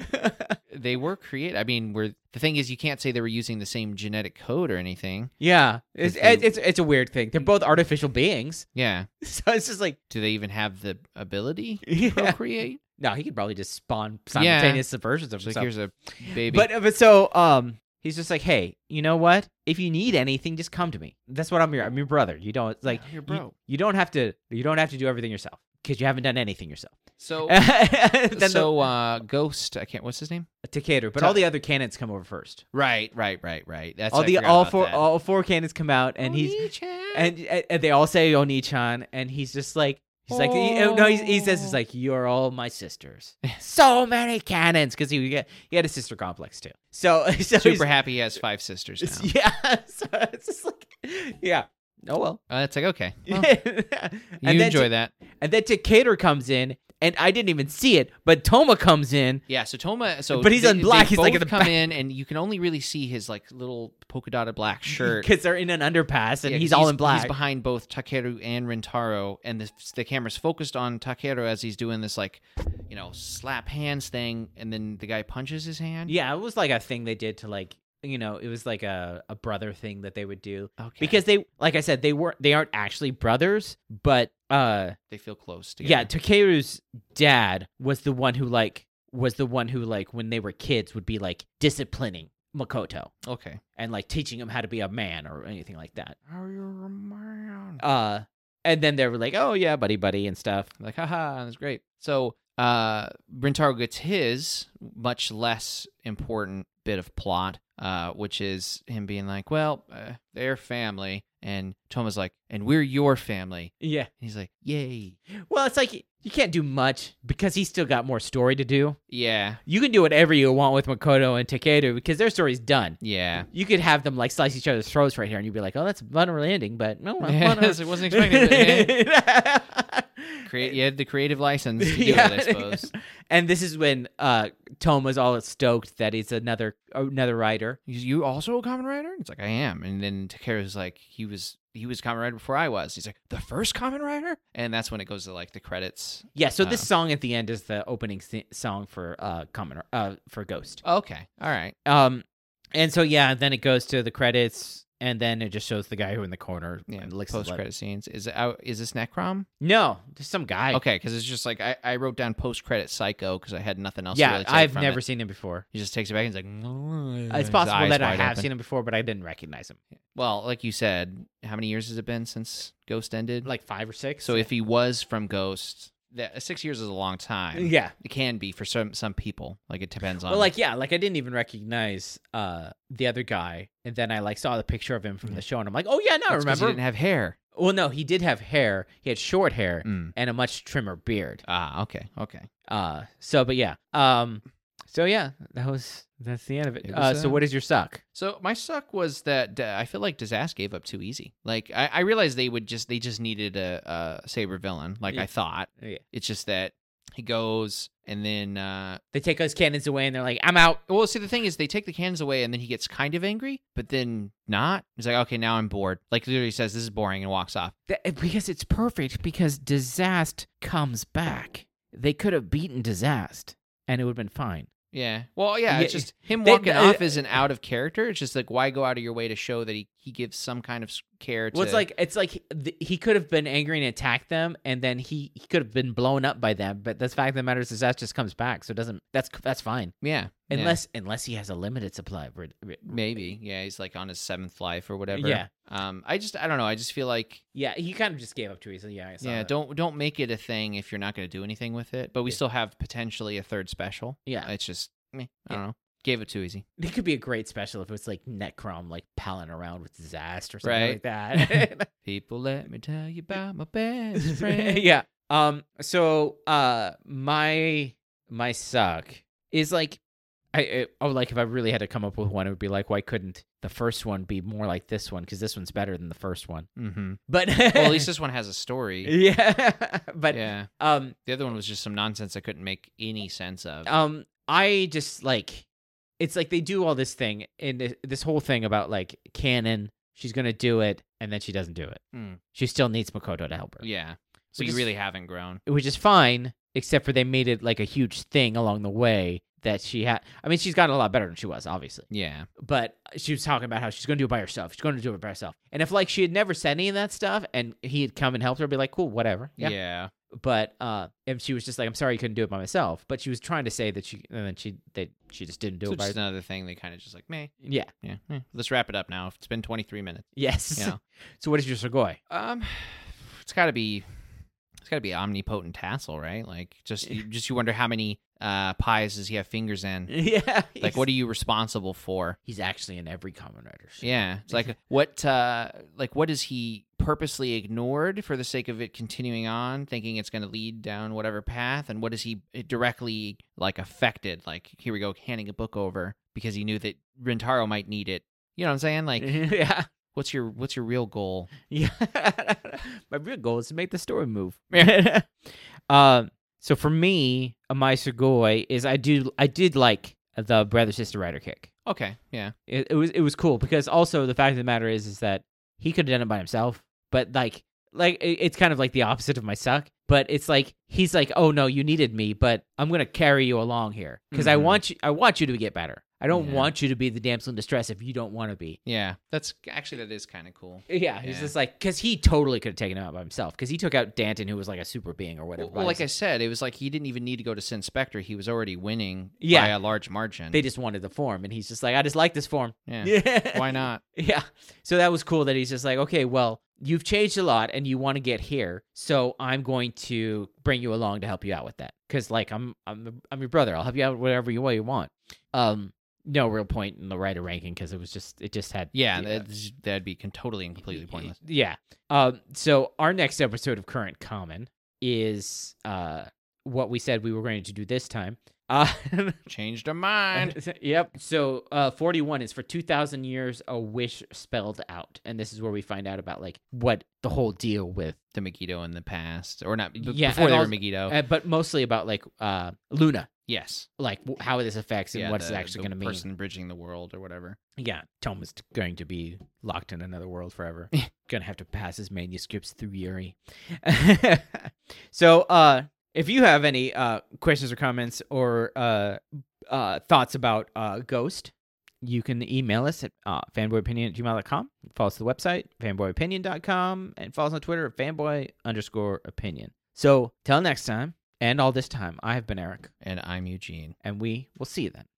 B: they were created. I mean, we're the thing is, you can't say they were using the same genetic code or anything.
A: Yeah, it's,
B: If they-
A: it's it's a weird thing. They're both artificial beings, <laughs>
B: Yeah.
A: so it's just
B: <laughs>
A: like,
B: Do they even have the ability to
A: yeah.
B: procreate?
A: no, he could probably just spawn
B: Yeah.
A: simultaneous subversions of
B: It's
A: himself.
B: like here's a baby.
A: But but so um, he's just like, hey, you know what? If you need anything, just come to me. That's what I'm your I'm your brother. You don't like
B: your
A: you-
B: bro.
A: You, don't have to you don't have to do everything yourself because you haven't done anything yourself.
B: so
A: <laughs> then
B: Oh. so uh, Ghost. I can't. What's his name?
A: the, Takeda, but
B: Ta-
A: all the other cannons come over first.
B: Right, right, right, right. That's
A: all
B: I
A: the
B: forgot
A: all
B: about
A: four
B: that. Oh,
A: all four cannons come out and he's
B: Oni-chan.
A: and, and and they all say Oni-chan, and he's just like he's like he- oh, no, he, he says he's
B: Oh.
A: like you're all my
B: <laughs>
A: sisters. so many cannons because he get he had a sister complex too. So <laughs> so he's-
B: <laughs> super happy. He has five sisters now.
A: <laughs> Yeah, so it's just like yeah. Oh <laughs> well.
B: Uh, it's like okay. well,
A: and
B: you
A: then
B: enjoy
A: Ta-
B: that.
A: and then Decatur comes in, and I didn't even see it, but Toma comes in.
B: Yeah, so Toma, so
A: But he's
B: they-
A: on black,
B: They
A: he's, like,
B: both
A: in the
B: come
A: back.
B: in, and you can only really see his like little polka
A: <laughs>
B: dotted black shirt.
A: Because they're in an underpass and
B: Yeah,
A: he's
B: 'cause
A: all in
B: He's
A: black.
B: behind both Takeru and Rentaro, and the, the camera's focused on Takeru as he's doing this like, you know, slap hands thing, and then the guy punches his hand.
A: Yeah, it was like a thing they did to like you know it was like a, a brother thing that they would do
B: okay.
A: because they like i said they weren't they aren't actually brothers but uh
B: they feel close
A: yeah,
B: together.
A: takeru's dad was the one who like was the one who like when they were kids would be like disciplining makoto
B: Yeah. Okay.
A: and like teaching him how to be a man or anything like that
B: Oh, you're a man.
A: uh and then they were like oh yeah buddy buddy and stuff
B: Like, haha, that's great. So, uh, Rentaro gets his much less important bit of plot, uh, which is him being like, well, uh, they're family. And Toma's like, and we're your family.
A: yeah
B: And he's like, yay.
A: well it's like you can't do much because he's still got more story to do
B: Yeah.
A: you can do whatever you want with makoto and takeru because their story's done
B: Yeah.
A: you could have them like slice each other's throats right here, and you'd be like, "Oh, that's a unreal ending," but no,
B: <laughs>
A: I'm
B: Yeah,
A: unreal.
B: so I wasn't expecting
A: <laughs>
B: it. eh? Create,
A: Create,
B: you had the creative license to do it, I suppose.
A: And this is when uh, Toma's all stoked that he's another another writer.
B: He's, You also a common writer? It's like I am. And then Takeru's like, he was he was common writer before I was. He's like, the first common writer? And that's when it goes to like the credits.
A: Yeah. So this
B: Wow.
A: song at the end is the opening si- song for uh, Common uh, for Ghost.
B: Okay. All right.
A: Um, and so yeah, then it goes to the credits, and then it just shows the guy who in the corner
B: Yeah.
A: and licks his
B: Post
A: lip.
B: credit scenes. Is it out is this Necrom?
A: No, there's some guy.
B: Okay, because it's just like I, I wrote down post credit psycho because I had nothing else to
A: Yeah,
B: really take
A: I've
B: from
A: never
B: it.
A: seen him before.
B: He just takes it back and he's like,
A: It's
B: his
A: possible
B: eyes
A: that I
B: wide
A: have
B: open.
A: seen him before, but I didn't recognize him.
B: Well, like you said, how many years has it been since Ghost ended?
A: Like five or six.
B: So if he was from Ghost, that uh, six years is a long <laughs> time.
A: yeah,
B: It can be for some some people. Like it depends on.
A: well, like yeah, like I didn't even recognize uh the other guy, and then I like saw the picture of him from the show, and I'm like, oh yeah, no, I
B: Mm-hmm. That's 'cause
A: remember.
B: he didn't have hair.
A: well, no, he did have hair. He had short hair
B: Mm.
A: and a much trimmer beard.
B: Ah, okay, okay.
A: Uh, so but yeah, um, so yeah, that was that's the end of it.
B: It
A: uh,
B: was,
A: so
B: uh,
A: what is your suck?
B: So my suck was that uh, I feel like Disaster gave up too easy. Like I, I realized they would just they just needed a, a saber villain. Like
A: Yeah.
B: I thought.
A: Yeah.
B: It's just that he goes and then. uh
A: They take those cannons away, and they're like, I'm out.
B: well, see, the thing is, they take the cans away, and then he gets kind of angry, but then not. He's like, "Okay, now I'm bored." Like, literally says, "This is boring," and walks off.
A: Th- eh, because it's perfect because disaster comes back. They could have beaten disaster, and it would have been fine.
B: Yeah. Well, yeah, it's
A: Yeah,
B: just him
A: they-
B: walking
A: uh,
B: off isn't out of character. It's just like why go out of your way to show that he, he gives some kind of s- care to
A: Well, it's like it's like he- th- he could have been angry and attacked them, and then he, he could have been blown up by them. But the fact of the matter is, is that just comes back, so it doesn't that's that's fine
B: yeah, yeah,
A: unless unless he has a limited supply. Of, rid- rid-
B: maybe yeah he's like on his seventh life or whatever.
A: Yeah.
B: Um, I just I don't know. I just feel like
A: yeah, he kind of just gave up too easily. Yeah, I saw
B: yeah,
A: that.
B: don't don't make it a thing if you're not going to do anything with it. But we
A: Yeah.
B: still have potentially a third special.
A: Yeah.
B: It's just meh, I
A: Yeah.
B: don't know. Gave it too easy.
A: It could be a great special if it was like Netcrom like palling around with Zast or something
B: Right.
A: like that. <laughs>
B: People, let me tell you about my best
A: <laughs>
B: friend.
A: yeah. Um. So, uh, my my suck is like, I, I oh, like if I really had to come up with one, it would be like, why couldn't the first one be more like this one? Because this one's better than the first one. <laughs>
B: mm-hmm.
A: But
B: Well,
A: <laughs>
B: at least this one has a story.
A: yeah. <laughs> But
B: yeah,
A: um
B: the other one was just some nonsense I couldn't make any sense of.
A: um I just like it's like they do all this thing and th- this whole thing about like canon. She's gonna do it, and then she doesn't do it.
B: Mm.
A: She still needs Makoto to help her.
B: yeah, so
A: Which
B: you
A: is-
B: really haven't grown.
A: which is fine, except for they made it like a huge thing along the way that she had. I mean, she's gotten a lot better than she was, obviously,
B: Yeah,
A: but she was talking about how she's going to do it by herself. She's going to do it by herself. And if like she had never said any of that stuff, and he had come and helped her, I'd be like, cool, whatever,
B: yeah,
A: yeah. But uh, and she was just like, I'm sorry, you couldn't do it by myself. But she was trying to say that she, and then she that she just didn't do
B: So
A: it by.
B: just
A: herself.
B: another thing they kind of just like meh.
A: Yeah.
B: Yeah, eh. let's wrap it up now. It's been 23 minutes.
A: Yes.
B: Yeah.
A: <laughs> so what is your Sugoi?
B: Um, <sighs> it's got to be, it's got to be omnipotent tassel, right? Like just, you, just you wonder how many uh pies does he have fingers in?
A: <laughs> yeah.
B: Like, what are you responsible for?
A: He's actually in every Common Rider. show.
B: Yeah, it's like what, uh like what is he purposely ignored for the sake of it continuing on, thinking it's going to lead down whatever path, and what is he eh, directly like affected? Like here we go, handing a book over because he knew that Rentaro might need it. You know what I'm saying?
A: <laughs>
B: Like,
A: yeah.
B: what's your what's your real goal?
A: Yeah. <laughs> my real goal is to make the story move. <laughs> um, so for me, uh, my Sugoi is I do I did like the brother sister rider kick.
B: Okay, yeah,
A: It, it was it was cool because also the fact of the matter is is that he could have done it by himself, but like like it- it's kind of like the opposite of my suck. But it's like he's like, oh no, you needed me, but I'm gonna carry you along here because I
B: Mhm.
A: want you I want you to get better. I don't
B: Yeah.
A: want you to be the damsel in distress if you don't want to be.
B: yeah. That's actually that is kind of cool.
A: Yeah, he's
B: Yeah.
A: just like because he totally could have taken him out by himself because he took out Danton, who was like a super being or whatever.
B: Well,
A: by
B: like I
A: himself.
B: said, it was like he didn't even need to go to Sin Spectre. He was already winning
A: Yeah.
B: by a large margin.
A: they just wanted the form, and he's just like, I just like this form.
B: <laughs> yeah.
A: <laughs> Yeah,
B: Why not?
A: yeah. So that was cool that he's just like, okay, well, you've changed a lot, and you want to get here, so I'm going to bring you along to help you out with that because like I'm I'm I'm your brother. I'll help you out with whatever you way you want. Um, no real point in the writer ranking because it was just it just had
B: Yeah, That'd, that'd be con- totally and completely
A: Y-
B: pointless.
A: Yeah. Um, so our next episode of Current Common is uh, what we said we were going to do this time. Uh,
B: Changed her mind.
A: <laughs> yep. So uh, 41 is for 2,000 years, a wish spelled out. And this is where we find out about like what the whole deal with,
B: <laughs> The Megiddo in the past, or not? b-
A: Yeah,
B: before
A: and
B: they were
A: also-
B: Megiddo.
A: uh, but mostly about like uh, Luna,
B: yes.
A: like w- how this affects and
B: Yeah,
A: what's
B: the-
A: it actually
B: the
A: going to mean.
B: Person bridging the world or whatever.
A: Yeah, Tom is going to be locked in another world forever. going to have to pass his manuscripts through Yuri. <laughs> so, uh, if you have any uh, questions or comments or uh, uh, thoughts about uh, Ghost, you can email us at uh, fanboyopinion at gmail.com. Follow us to the website, fanboyopinion.com, and follow us on Twitter at fanboy underscore opinion. So, till next time, and all this time, I have been Eric,
B: And I'm Eugene.
A: and we will see you then.